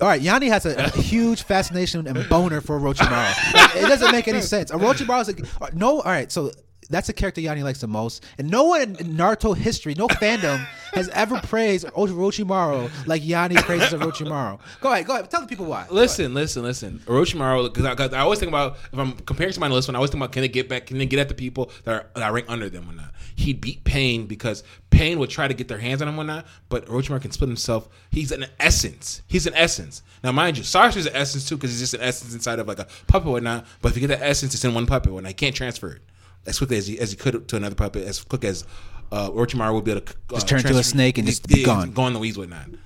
all right, Yanni has a, a huge fascination and boner for Orochimaru. Like, it doesn't make any sense. Orochimaru's like, no. All right, so that's a character Yanni likes the most, and no one in Naruto history, no fandom has ever praised O- Orochimaru like Yanni praises Orochimaru. Go ahead, go ahead. Tell the people why.
Listen, listen, listen. Orochimaru, because I, 'cause I always think about if I'm comparing to my list one, I always think about can they get back, can they get at the people that are that rank under them or not. He beat Pain because Pain would try to get their hands on him or not, but Orochimaru can split himself. He's an essence. He's an essence. Now, mind you, Sasha's an essence too because he's just an essence inside of like a puppet or whatnot. But if you get that essence, it's in one puppet and I can't transfer it as quickly as he, as he could to another puppet, as quick as uh, Orochimaru would be able to uh,
Just turn into a snake and just be gone.
go on the weeds with nine.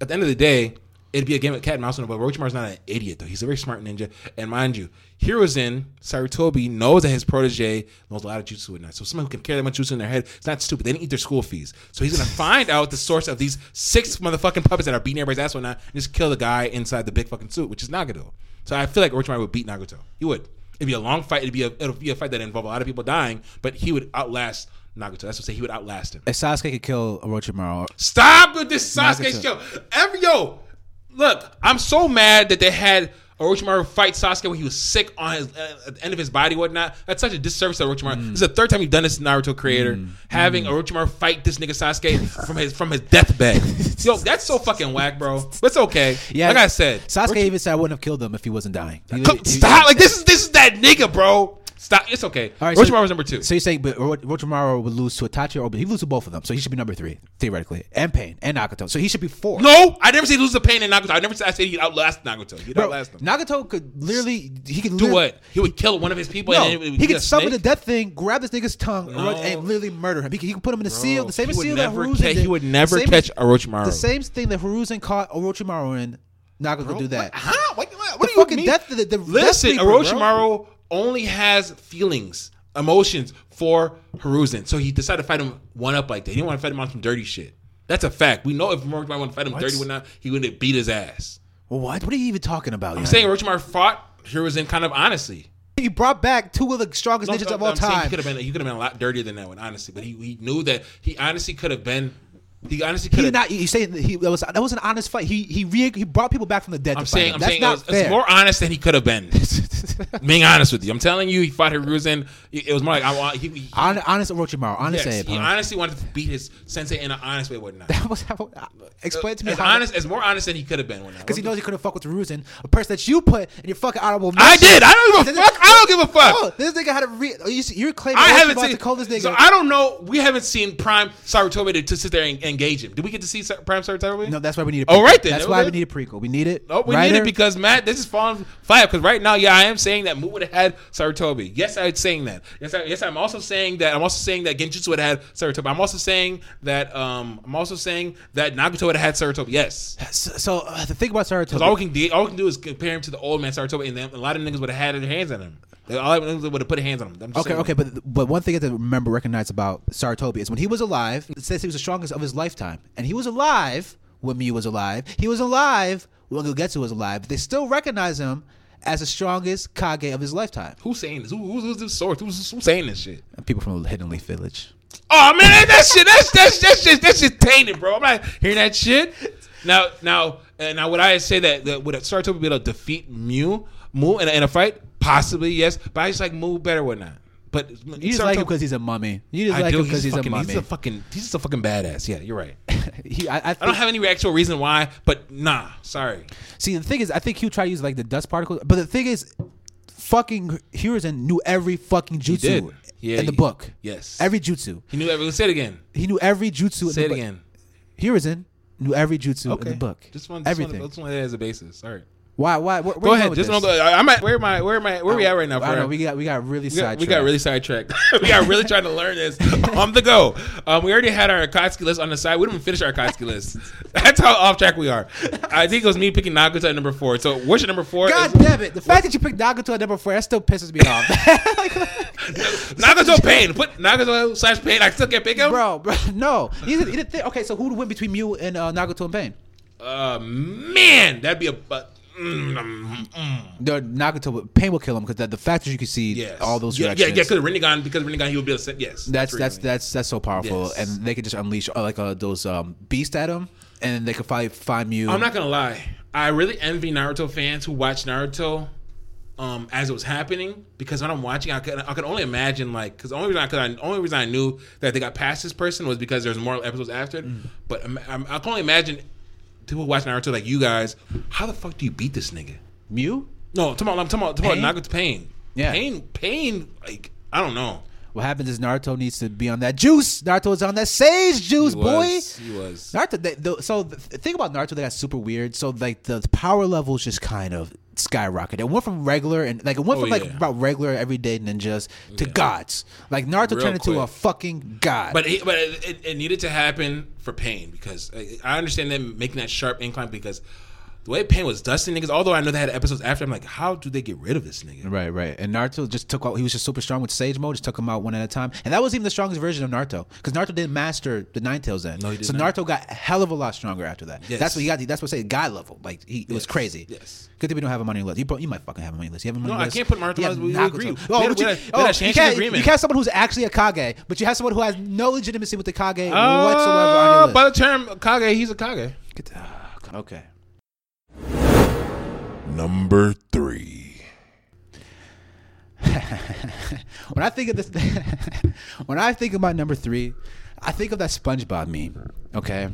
At the end of the day, it'd be a game of cat and mouse, but Orochimaru's not an idiot though. He's a very smart ninja, and mind you, Hiruzen Sarutobi knows that his protege knows a lot of jutsu and that. So someone who can carry that much jutsu in their head, it's not stupid. They didn't eat their school fees, so he's gonna find out the source of these six motherfucking puppets that are beating everybody's ass and whatnot, and just kill the guy inside the big fucking suit, which is Nagato. So I feel like Orochimaru would beat Nagato. He would. It'd be a long fight. It'd be a it'd be a fight that involved a lot of people dying, but he would outlast Nagato. That's what I say. He would outlast him.
If Sasuke could kill Orochimaru,
Stop with this Sasuke
Nagato.
show. Every yo, look, I'm so mad that they had Orochimaru fight Sasuke when he was sick on his uh, at the end of his body, and whatnot. That's such a disservice to Orochimaru.
Mm.
This is the third time you've done this, Naruto creator, having Orochimaru fight this nigga Sasuke from his from his deathbed. yo, that's so fucking whack, bro. But it's okay. Yeah, like I said,
Sasuke even said I wouldn't have killed him if he wasn't dying. He-
Come-
he-
stop. Like this is this is that nigga, bro. Stop. It's okay.
All right, so-
Orochimaru was number two.
So you're saying, but Oro- Orochimaru would lose to Itachi or Obito. He lose to both of them, so he should be number three theoretically, and Pain and Nagato. So he should be four.
no, I never say lose the pain in Nagato. I never said I said he'd outlast Nagato. He'd
Bro,
outlast him.
Nagato could literally he could
Do what? He would kill one of his people.
No,
and then it would
he
be
could
a
summon the
snake?
death thing, grab this nigga's tongue,
No.
and literally murder him. He could, he could put him in a seal, the same
he would
seal
never
that Hiruzen
ca- he
did.
would never
Same-
catch Orochimaru.
The same thing that Hiruzen caught Orochimaru in. Nagato could do that.
Huh? What, what, what
The
do you
fucking
mean?
death- the- the death
Listen,
reaper, bro.
Orochimaru only has feelings, emotions for Haruzen. So he decided to fight him one up like that. He didn't want to fight him on some dirty shit. That's a fact. We know if Orochimaru wanted to fight him dirty or not, he would have beat his ass.
Well, what? What are you even talking about?
I'm saying Orochimaru fought Haruzen kind of honestly.
he brought back two of the strongest ninjas
No,
of all
I'm saying He
time.
could have been. He could have been a lot dirtier than that one, honestly. But he, he knew that he honestly could have been. He honestly could
He
have
not. You saying that he that was that was an honest fight. He he re, he brought people back from the dead.
I'm
to fight
saying,
him.
I'm
That's
saying it
not
was-
fair.
it's more honest than he could have been. Being honest with you, I'm telling you, he fought Hiruzen. It was more like I want. He, he,
Hon- honest Orochimaru. Honest
yes,
Abe,
he
huh?
honestly wanted to beat his sensei in an honest way, whatnot.
That was how- uh, Explain to me
As
how
honest, as more honest than he could have been, whatnot.
because he knows he couldn't fuck with Ruzen, a person that you put in your fucking honorable.
I
mention.
did. I don't give a
This nigga-
fuck. I don't give a fuck.
Oh, this nigga had a re. You, see- you're claiming
I haven't
Orochimaru
seen.
to call this nigga.
So I don't know. We haven't seen Prime Sarutobi to, to sit there and engage him. Did we get to see Sa- Prime Sarutobi?
no, that's why we need. A
Oh,
prequel.
right then.
That's
That
why
was
we
it.
need a prequel. We need it.
No, we need
Writer-
it because Matt, this is falling fire. Because right now, yeah, I am saying that Mu would have had Sarutobi. Yes, I'm saying that. Yes, I, yes, I'm also saying that. I'm also saying that Genjutsu would have had Sarutobi. I'm also saying that. Um, I'm also saying that Nagato would have had Sarutobi. Yes, because
So, so uh, the thing about Sarutobi.
all we can do, all we can do is compare him to the old man Sarutobi, and then a lot of niggas would have had their hands on him. A lot of niggas would have put their hands on him. I'm just
Okay,
saying
okay, but but one thing you have to remember, recognize about Saratobi is when he was alive, it says he was the strongest of his lifetime, and he was alive when Mew was alive. He was alive when Gugetsu was alive. But they still recognize him as the strongest Kage of his lifetime.
Who's saying this? Who, who's, who's this source? Who's, who's saying this shit?
People from Hidden Leaf Village.
Oh man, that, that shit, that's that's that's just that's just tainted, bro. I'm not hearing that shit. Now, now, and now, would I say that that would Saratobi be able to defeat Mew, Mu in a, in a fight? Possibly, yes. But I just like Mu better, whatnot. But
You just like him because he's a mummy. You just
I
like
do.
him because
he's,
he's,
fucking,
a mummy.
he's a fucking he's just a fucking badass. Yeah, you're right. I
he, I, I, think,
don't have any actual reason why, but nah, sorry.
see, the thing is, I think he tried to use like the dust particles, but the thing is, fucking Hiruzen knew every fucking jutsu
did. Yeah,
in the
he-
book.
yes.
every jutsu.
He knew everyone. Say it again.
He knew every jutsu.
Say
in
it
the book.
again.
Hiruzen knew every jutsu in the book.
Just one. Just
Everything.
One, just one as a basis. All right.
Why? Why? Where, where
Go
you
ahead.
going
Just
with
don't
this? Oh,
go. I- I'm at where am I? Where am I? Where are we at right now?
I don't know.
Fran?
We got we got really
We got-
sidetracked.
we got really sidetracked. we got really trying to learn this on the go. Um, we already had our Akatsuki list on the side. We didn't even finish our Akatsuki list. That's how off track we are. I think it was me picking Nagato at number four. So what's your number four?
God
Is-
damn it! The fact that you picked Nagato at number four that still pisses me off,
Nagato Pain. Put Nagato slash Pain. I still can't pick him.
bro. Bro, no. He didn't, he didn't think, okay, so who would win between Mew and uh, Nagato and Pain?
Uh, man, that'd be a. But, mm, mm, mm.
No, Nagato. would- Pain will kill him because the, the fact that you can see
Yes.
all those
Yeah, yeah,
reactions.
yeah. Because Rinnegan, because Rinnegan, he would be a set. Yes.
that's that's
Rinnegan.
that's that's so powerful,
Yes.
and they could just unleash uh, like uh, those um, beasts at him, and they could probably find Mew.
I'm not gonna lie. I really envy Naruto fans who watch Naruto um, as it was happening because when I'm watching, I could I could only imagine like because the only reason I could I, only reason I knew that they got past this person was because there's more episodes after it.
Mm.
But I'm, I'm, I can only imagine people watching Naruto like you guys. How the fuck do you beat this nigga?
Mew?
No, I'm talking about I'm talking about, talking about
Pain?
Nagato pain.
Yeah.
pain, pain. Like I don't know.
What happens is Naruto needs to be on that juice. Naruto is on that sage juice,
He
boy.
was- he was.
Naruto. They, the, so the thing about Naruto, they got super weird. So like the, power levels just kind of skyrocketed. It went from regular and like it went
Oh,
from like
yeah.
about regular everyday ninjas to gods. Like Naruto
Real
turned into
quick.
a fucking god.
But it, but it, it, it needed to happen for Pain because I, I understand them making that sharp incline because the way Pain was dusting niggas. Although I know they had episodes after, I'm like, how do they get rid of this nigga?
Right, right. And Naruto just took out. He was just super strong with Sage Mode. Just took him out one at a time. And that was even the strongest version of Naruto because Naruto didn't master the Nine Tails then.
No, he did
so
not.
Naruto got a hell of a lot stronger after that.
Yes.
That's what he got. That's what I say God level. Like he, it was crazy.
Yes.
Good thing we don't have him on your list. You, pro- you might fucking have him on your list. You have him on
No,
your
I
list.
can't put him on
You
our
have
list. We- we
Nagato.
agree. We
Oh,
had a-
but
we
you,
had a- we
oh,
had a
but you
handshake
can't.
agreement.
You have someone who's actually a Kage, but you have someone who has no legitimacy with the Kage whatsoever on your
Uh,
list.
by the term Kage, he's a Kage.
Get the- okay.
Number three.
when I think of this, when I think of my number three, I think of that SpongeBob meme. Okay,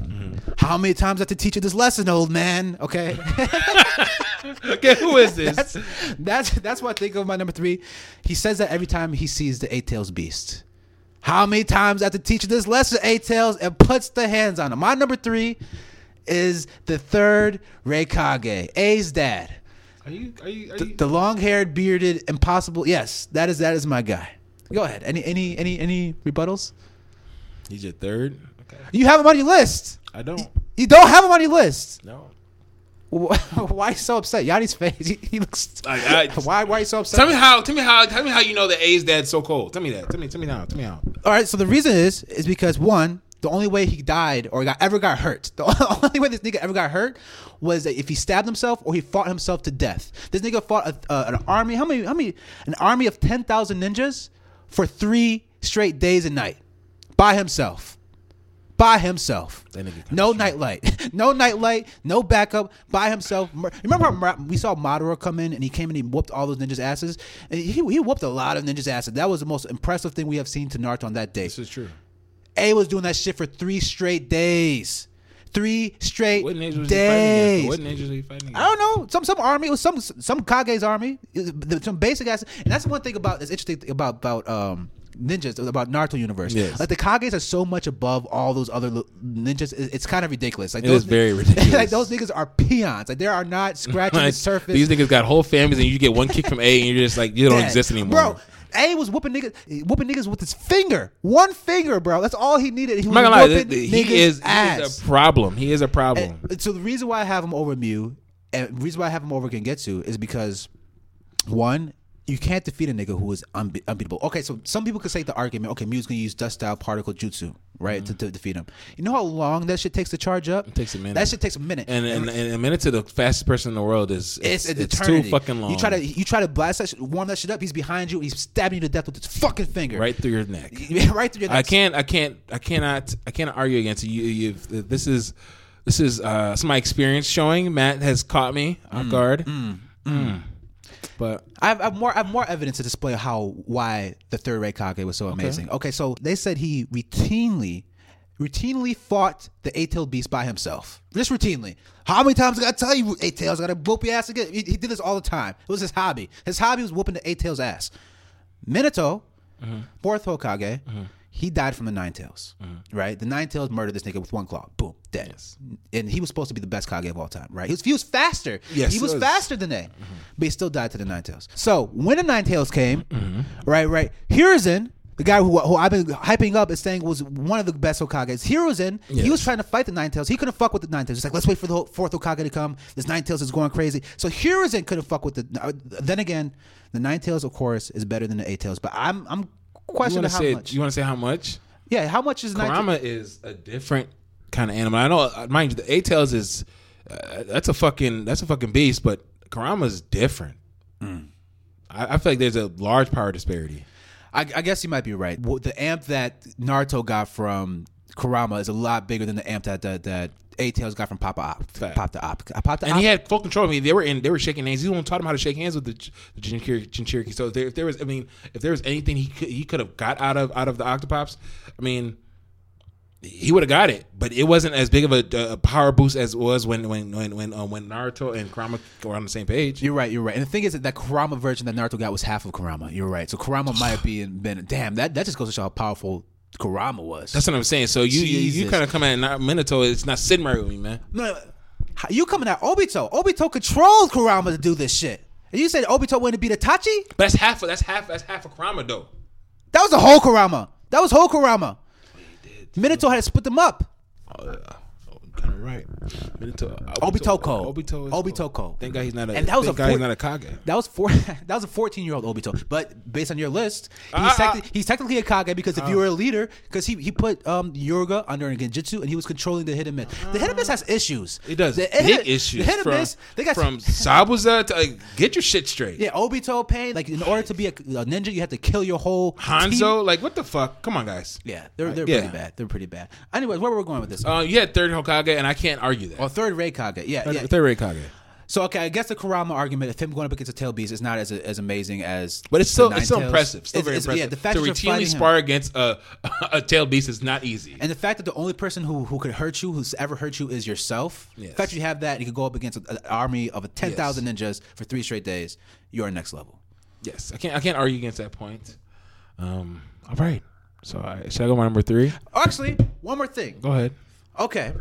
how many times I have to teach you this lesson, old man? Okay,
Okay, who is this?
that's that's that's what I think of my number three. He says that every time he sees the eight tails beast. How many times I have to teach you this lesson, eight tails, and puts the hands on him. My number three is the third Reikage, A's dad,
are you? Are you? Are
the,
you
the long-haired, bearded, impossible. Yes, that is that is my guy. Go ahead. Any any any any rebuttals?
he's your third. Okay.
You have him on your list.
I don't.
You don't have him on your list.
No.
Wh- Why are you so upset? Yanni's face. He, he looks.
I- I-
why? Why are you so upset?
Tell me how. Tell me how. Tell me how you know that A's dad's so cold. Tell me that. Tell me. Tell me now. Tell me how.
All right. So the reason is is because one, the only way he died or got ever got hurt, the only way this nigga ever got hurt was that if he stabbed himself or he fought himself to death. This nigga fought a, uh, an army. How many? How many? An army of ten thousand ninjas for three straight days and night by himself. by himself.
That nigga kinda
No nightlight, no nightlight, no backup. By himself. Mur- Remember how Mur- we saw Madara come in and he came and he whooped all those ninjas' asses. And he he whooped a lot of ninjas' asses. That was the most impressive thing we have seen to Naruto on that day.
This is true.
A was doing that shit for three straight days, three straight
What ninjas was he fighting
days.
against? What ninjas was he fighting against?
I don't know. Some some army. It was some some Kage's army. It was Some basic ass. And that's one thing about that's interesting about about um ninjas about Naruto universe.
Yes.
Like the Kages are so much above all those other li- ninjas. It- It's kind of ridiculous. Like
It
those
is very
niggas-
ridiculous.
like those niggas are peons. Like they are not scratching the
Like,
surface.
These niggas got whole families, and you get one kick from A, and you're just like, you don't
dead.
exist anymore.
Bro, A was whooping niggas, whooping niggas with his finger, one finger, bro. That's all he needed. He
I'm
was
not gonna lie,
whooping
th- th-
niggas
he is, he
ass.
is a problem. He is a problem.
So the reason why I have him over Mew, and the reason why I have him over Gengetsu is because one, you can't defeat a nigga who is unbe- unbeatable. Okay, so some people could say the argument, okay, Mew's gonna use Dust Style Particle Jutsu, right, to, to defeat him. You know how long that shit takes to charge up? It
Mm-hmm. takes a minute.
That shit takes a minute.
and, and and a minute to the fastest person in the world is
it's,
it's,
an
it's
eternity.
too fucking long.
You try to you try to blast that, shit, warm that shit up. He's behind you. He's stabbing you to death with his fucking finger.
right through your neck.
right through your. Neck.
I can't. I can't. I cannot. I cannot argue against you. you you've, this is this is uh, it's my experience showing. Matt has caught me off guard. Mm. But
I have, I have more. I have more evidence to display how why the third Raikage was so amazing. Okay, so they said he routinely, routinely fought the eight-tailed beast by himself. Just routinely. How many times I gotta tell you, eight tails? I gotta whoop your ass again. He, he did this all the time. It was his hobby. His hobby was whooping the eight tails' ass. Minato, fourth Hokage, he died from the Nine Tails. Right, the Nine Tails murdered this nigga with one claw. Boom, dead. And he was supposed to be the best Kage of all time. Right, he was, he was faster.
Yes,
he
he
was
was.
faster faster than they, but he still died to the Nine Tails. So when the Nine Tails came, right, right, Hiruzen, the guy who, who I've been hyping up is saying was one of the best Hokages. Hiruzen, he was
Yes.
trying to fight the Nine Tails. He couldn't fuck with the Nine Tails. He's like, let's wait for the ho- fourth Hokage to come. This Nine Tails is going crazy. So Hiruzen couldn't fuck with the. uh, then again, the Nine Tails, of course, is better than the Eight Tails. But I'm I'm
you
questioning
want to
how
say
much.
you want to say how much?
yeah, how much is Nine?
Karama is a different kind of animal. I know, uh, mind you, the A tails is uh, that's a fucking that's a fucking beast, but Karama's different. I, I feel like there's a large power disparity.
I, I guess you might be right. Well, The amp that Naruto got from Kurama is a lot bigger than the amp that that, that A Tails got from Papa Op.
Fact.
Pop the Op. uh, Pop the
And
Op.
he had full control. I mean, they were in. They were shaking hands. He won't taught him how to shake hands with the, Ch- the Jin Chir- Jin Cherokee. So if there, if there was, I mean, if there was anything he could, he could have got out of out of the Octopops, I mean, he would have got it. But it wasn't as big of a, a power boost as it was when when when when, uh, when Naruto and Kurama were on the same page.
You're right. You're right. And the thing is that that Kurama version that Naruto got was half of Kurama. You're right. So Kurama might have been, been damn. That that just goes to show how powerful Kurama was.
That's what I'm saying. So you you, you
Jesus.
kind of come at Na- Minato. It's not Sid Meier with me, man.
No, no, how- you coming at Obito? Obito controlled Kurama to do this shit. And you said Obito wanted to beat Itachi?
But that's half. Of, that's half. That's half of Kurama though.
That was the whole Kurama. That was whole Kurama. Minato had to split them up.
Oh, yeah. Kind of right. Minato,
Obito cold.
Obito. Is
Obito
cold.
cold.
Thank God he's not a.
And that was
thank
a
God he's
four-
not a Kage.
That was four. That was a fourteen-year-old Obito. But based on your list, he's,
Ah,
techni-
ah.
he's technically a Kage because if you were a leader, because he, he put um, Yoruga under a genjutsu and he was controlling the hit and miss. The hit and miss has issues.
It Ah. does.
The
big issues.
The hit and
from,
miss. They got
from Sabuza to like, get your shit straight.
yeah. Obito pain. Like in order to be a, a ninja, you have to kill your whole team.
Hanzo, like what the fuck? Come on, guys.
Yeah, they're they're
yeah.
pretty bad. They're pretty bad. Anyways, where were we going with this?
Uh, you had third Hokage, and I can't argue that.
Or Oh, third Ray Kage. Yeah, yeah.
Third rate Kage,
So okay, I guess the Kurama argument of him going up against a tail beast is not as as amazing as.
but it's still
the
it's still
Ninetales.
impressive. Still
It's-
very
it's-
impressive.
Yeah, the fact
to
that you're
routinely
fighting him.
spar against a a tail beast is not easy.
And the fact that the only person who, who could hurt you, who's ever hurt you, is yourself.
Yes.
The fact you have that, you could go up against an army of 10,000 ninjas for three straight days. You're next level.
yes, I can't I can't argue against that point. Um, all right. So I, should I go my number three?
Actually, one more thing.
Go ahead.
Okay.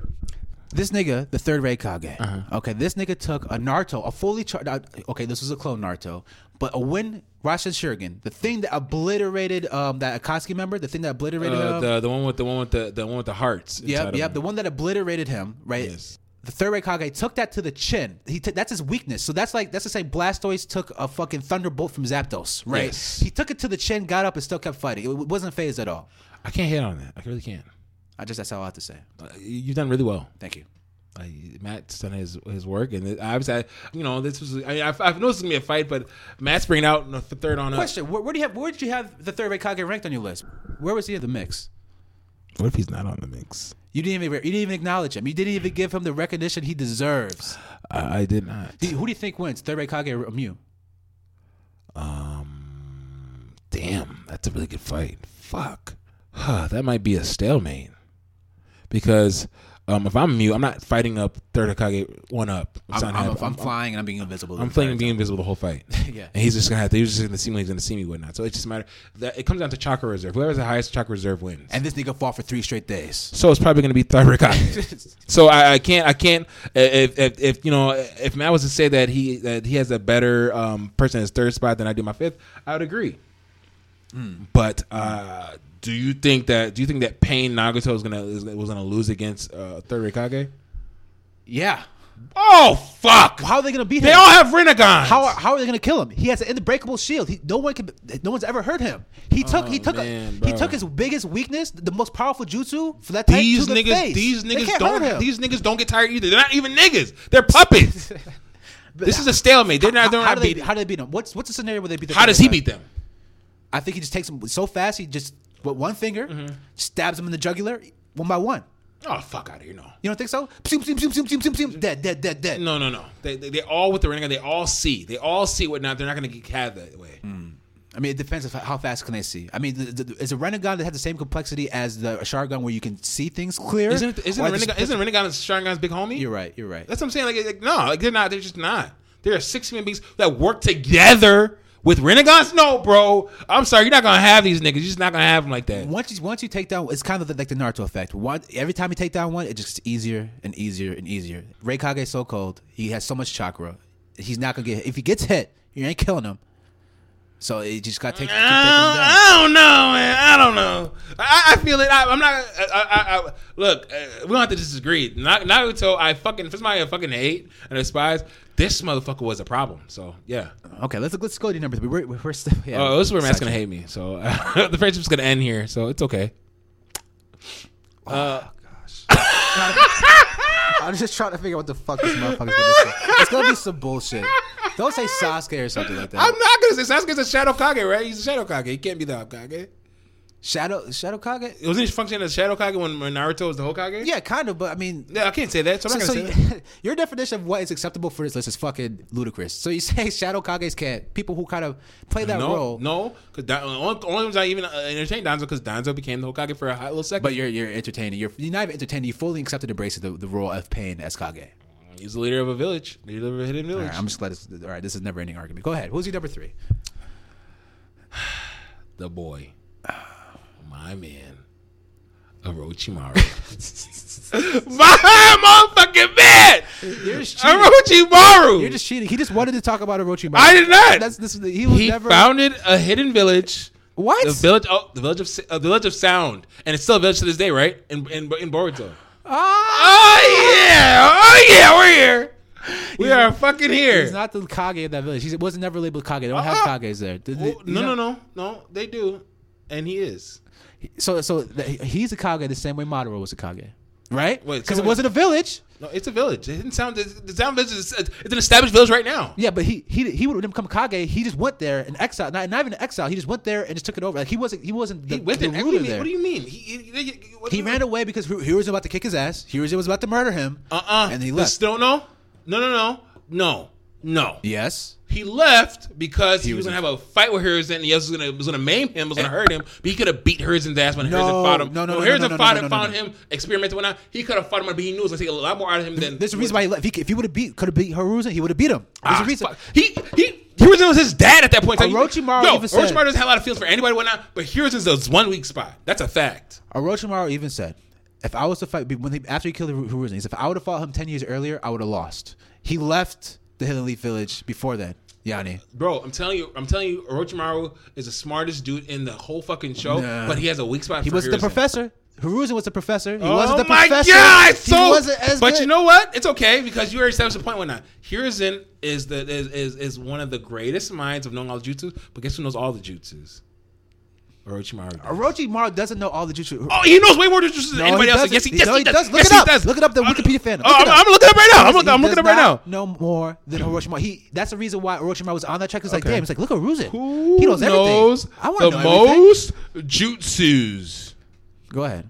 This nigga, the third Ray Kage.
Uh-huh.
Okay, this nigga took a Naruto, a fully charged. Okay, this was a clone Naruto, but a win Rashin Shuriken, the thing that obliterated um, that Akatsuki member, the thing that obliterated
Uh,
him.
the the one with the one with the the one with the hearts.
Yep,
inside of
yep.
him.
The one that obliterated him, right?
Yes.
The third Ray Kage took that to the chin. He took that's his weakness. So that's like that's the same. Blastoise took a fucking thunderbolt from Zapdos, right?
Yes.
He took it to the chin, got up, and still kept fighting. It w- wasn't phased at all.
I can't hit on that. I really can't.
I just that's all I have to say.
Uh, you've done really well.
Thank you.
I, Matt's done his his work, and it, I was at you know this was I, I've, I've noticed it's gonna be a fight, but Matt's bringing out the third on up.
Question: where, where do you have where did you have the third Ray Kage ranked on your list? Where was he in the mix?
What if he's not on the mix?
You didn't even you didn't even acknowledge him. You didn't even give him the recognition he deserves.
I, I did not.
Do you- who do you think wins, third Ray Kage or Mew?
Um, damn, that's a really good fight. Fuck, huh, that might be a stalemate because um, if I'm Mew, I'm not fighting up third Hokage one up. It's
I'm,
not
I'm,
happening.
I'm flying and I'm being invisible.
I'm playing being invisible the whole fight.
Yeah.
And he's just gonna have to he's just gonna see me, he's gonna see me, whatnot. So it just matter that it comes down to chakra reserve. Whoever's the highest chakra reserve wins.
And this nigga fought for three straight days.
so it's probably gonna be third Hokage. so I, I can't I can't eh, if, if if you know if Matt was to say that he that he has a better um, person in his third spot than I do my fifth, I would agree.
Hmm.
But uh, do you think that do you think that Pain Nagato is gonna is, was gonna lose against uh, third Hokage?
Yeah.
Oh fuck!
How are they gonna beat
They
him?
all have Renegons.
How are, how are they going to kill him? He has an unbreakable shield. He, no one can. No one's ever hurt him. He took he took
Oh, man,
a, he
bro.
took his biggest weakness, the most powerful jutsu for that type
these
to the
niggas,
face.
these
They
niggas
can't hurt
don't.
him.
These niggas don't get tired either. They're not even niggas. They're puppets. this is a stalemate. They're not. They're
how, how do
not
they,
beating.
how do they beat him? What's what's the scenario where they beat? The
How does he
Thundercat?
beat them? Mm-hmm.
I think he just takes him so fast. He just with one finger stabs him in the jugular one by one.
Oh fuck out of here! No,
You don't think so? Pseum, pseum, pseum, pseum, pseum, pseum, pseum. Dead, dead, dead, dead.
no, no, no. They, they, they all with the renegade. They all see. They all see what not. They're not gonna get had that way.
Mm-hmm. I mean, it depends on how fast can they see. I mean, the, the, is a Renegon that has the same complexity as the Sharingan where you can see things clear?
Isn't it, isn't
Or
the
just-
renegade isn't renegade Sharingan's big homie?
You're right. You're right.
That's what I'm saying. Like, like, no, like they're not. They're just not. There are six human beings that work together with renegades. No, bro. I'm sorry. You're not gonna have these niggas. You're just not gonna have them like that.
Once you once you take down, it's kind of like the Naruto effect. One every time you take down one, it just gets easier and easier and easier. Raikage is so cold. He has so much chakra. He's not gonna get hit. if he gets hit, you ain't killing him. So it just gotta take, keep taking him down.
I don't know, man. I don't know. I, I feel it. I, I'm not. I, I, I, look, uh, we don't have to disagree. Na- Naruto, I fucking if it's my fucking hate and despise. This motherfucker was a problem. So yeah.
Okay, let's let's go to number three. We're, we're, we're still, yeah,
Oh, this is where Matt's gonna hate me. So the friendship's gonna end here. So it's okay.
I'm just trying to figure out what the fuck this motherfucker's gonna say. It's gonna be some bullshit. Don't say Sasuke or something like that.
I'm not gonna say Sasuke's a Shadow Kage, right? He's a Shadow Kage. He can't be the Hokage.
Shadow Shadow Kage.
Wasn't he functioning as Shadow Kage when when Naruto was the Hokage?
Yeah, kind of, but I mean,
Yeah, I can't say that. So
so,
I'm not
so
gonna say that.
you- your definition of what is acceptable for this list is fucking ludicrous. So you say Shadow Kages can't people who kind of play that
no,
role,
no, because the only, only reason I even uh, entertained Danzo because Danzo became the Hokage for a hot little second.
but you're you're entertaining. You're, you're not even entertaining. You fully accepted and embraced the, the role of pain as Kage.
he's the leader of a village, leader of a hidden
All
village.
right, I'm just glad. It's, all right, this is a never ending argument. Go ahead. Who's your number three?
the boy, my man, Orochimaru, my motherfucking man,
You're just cheating.
Orochimaru.
You're just cheating. He just wanted to talk about Orochimaru.
I did not.
That's this. He was
he
never
founded a hidden village.
what.
The village, oh, the village of Sa- uh, the village of sound, and it's still a village to this day, right? In in, in Boruto.
ah,
Oh yeah, oh yeah, we're here. We are fucking here.
he's not the Kage of that village. He wasn't never labeled Kage. They don't
Uh-uh.
have Kages there. The- the-
Well,
you
no,
know-
no, no, no. They do, and he is.
So so th- he's a Kage the same way Madara was a Kage, right?
Wait,
because it
someone-
wasn't a village.
No, it's a village. It didn't sound. The sound village is it's an established village right now.
Yeah, but he he he would become Kage. He just went there in exile, not, not even in exile. He just went there and just took it over. Like he wasn't he wasn't the,
He went
the
there. What
ruler
do you mean?
there.
What do you mean? He, he, they- he- what do
he
you
ran
mean?
away because Hiruzen was about to kick his ass. Hiruzen was about to murder him.
Uh-uh.
And he left.
This- No, no, no, no, no, no, no.
yes.
He left because he, was
was
gonna have a fight with Herzen. and He was gonna was gonna maim him, was gonna hurt him. But he could have beat Herzen's ass when
No,
Herzen fought him.
no, no,
when
no, no,
Herzen
no, no,
fought
no,
him,
no, no,
found
no.
him, experimented with him. He could have fought him, but he knew it was gonna take a lot more out of him than.
There's a reason why he left. If he, if he would have beat, could have beat Hiruzen, he would have beat him. There's
Ah,
a reason.
fuck. He he. Hiruzen was his dad at that point. in time.
Orochimaru
Yo,
even said-
Orochimaru doesn't have a lot of feelings for anybody, whatnot. But Hiruzen's the one weak spot. That's a fact.
Orochimaru even said, "If I was to fight when he, after he killed Hiruzen, he said, if I would have fought him ten years earlier, I would have lost." He left the Hidden Leaf Village before then. Yanni.
Bro, I'm telling you, I'm telling you, Orochimaru is the smartest dude in the whole fucking show,
Nah.
but he has a weak spot.
He
for
was the
Hiruzen.
professor. Hiruzen was the professor. He
Oh
wasn't the
my
professor.
god! So,
he wasn't as
but
good.
you know what? It's okay because you already established the point. Why not? Hiruzen is the is, is is one of the greatest minds of knowing all the jutsu. But guess who knows all the jutsus? Orochimaru. does.
Orochimaru doesn't know all the jutsu.
Oh, he knows way more jutsus than
No,
anybody
he
else.
doesn't.
Yes, he,
He-
yes,
no,
he
he
does.
does. Look
Yes,
it
he
up.
does.
Look it up, the
I'm-
Wikipedia fan.
Oh,
Look it
I'm,
up.
I'm gonna look it up right now. I'm, gonna- I'm
He
looking it up
does
right now.
not Know more than Orochimaru. He that's the reason why Orochimaru was on that track. It's like
Okay.
damn. It's like look at Hiruzen.
Who
he knows,
knows
everything. I want
the
to know everything.
most jutsus?
Go ahead.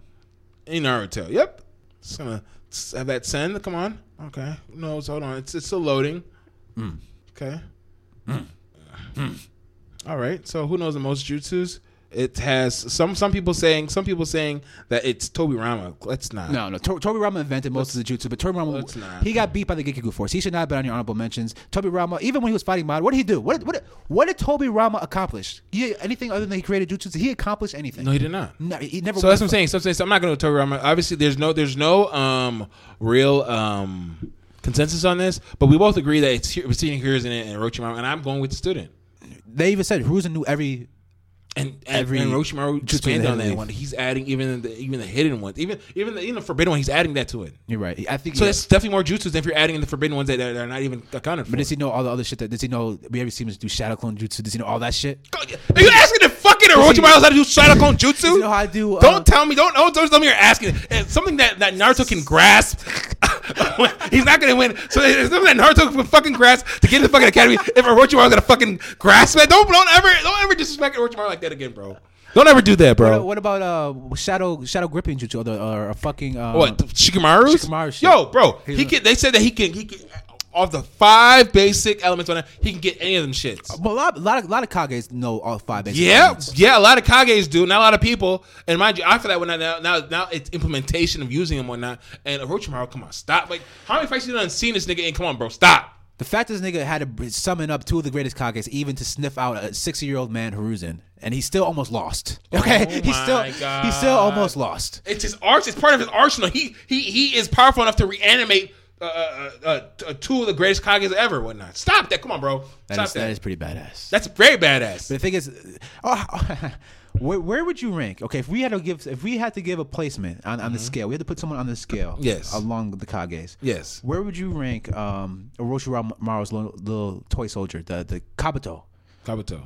in Naruto. Yep. Just gonna s- have that send. Come on. Okay. No, it's- hold on. It's it's still loading.
Hmm.
Okay. All right. So who knows the most jutsus? It has some some people saying some people saying that it's Toby Rama. Let's not.
No, no. Tor- Toriyama invented most of the jutsu, but
Let's
Toriyama
not.
he got beat by the Gekiku Force. He should not have been on your honorable mentions. Toriyama, even when he was fighting Madara, what did he do? What what what did Toriyama accomplish? He, anything other than he created jutsu? Did he accomplish anything?
No, he did not.
No, he never.
So that's what I'm
was-
saying. So I'm saying so I'm not going to Toby Rama. Obviously, there's no there's no um real um consensus on this, but we both agree that it's here, seeing here is in it and Orochimaru, and I'm going with the student.
They even said Hiruzen knew every.
and and,
Every-
and Orochimaru
Jutsu in
expanded
the
on that
Hidden
one.
Leaf.
He's adding even the even the hidden ones, even even the, even the forbidden one. He's adding that to it.
You're right. I think.
So
yeah.
that's definitely more jutsus than if you're adding in the forbidden ones that, that are not even accounted for.
But does he know all the other shit? That does he know? We ever seen him do shadow clone jutsu? Does he know all that shit?
are you asking the fucking Orochimaru how to do Shadow Clone Jutsu?
you know how I do, uh,
don't tell me. Don't don't don't tell me you're asking. It's something that, that Naruto can grasp. He's not gonna win. So there's nothing that Naruto can fucking grasp to get in the fucking academy. If Orochimaru's gonna fucking grasp it, don't don't ever don't ever disrespect Orochimaru like that again, bro. Don't ever do that, bro.
What, what about uh shadow shadow gripping jutsu or, the, or a fucking uh,
Uh-huh. What the Shikamaru's?
Shikamaru shit.
Yo, bro,
He
he,
was-
can. They said that he can. He can. Off the five basic elements on it, he can get any of them shits.
But a lot, a lot of lot of kages know all five. basic
Yeah,
elements.
yeah. A lot of Kages do. Not a lot of people. And mind you, after that, when I, now now now it's implementation of using them or not. And Orochimaru, come on, stop. Like how many fights you done seen this nigga? And come on, bro, stop.
The fact this nigga had to br- summon up two of the greatest Kages even to sniff out a 60 year old man, Haruzen, and he still almost lost. Okay?
Oh
he
my
still he
God.
still almost lost.
It's his arts. It's part of his arsenal. He he he is powerful enough to reanimate uh, uh, uh, uh, two of the greatest Kages ever. and Whatnot. Stop that. Come on, bro.
That
Stop
is,
that.
that is pretty badass.
That's very badass.
the thing is, oh, where, where would you rank? Okay, if we had to give if we had to give a placement on, on the scale, we had to put someone on the scale.
Mm-hmm. Yes.
along with the Kages.
Yes.
Where would you rank um, Orochimaru's little, little toy soldier, the the Kabuto?
Kabuto.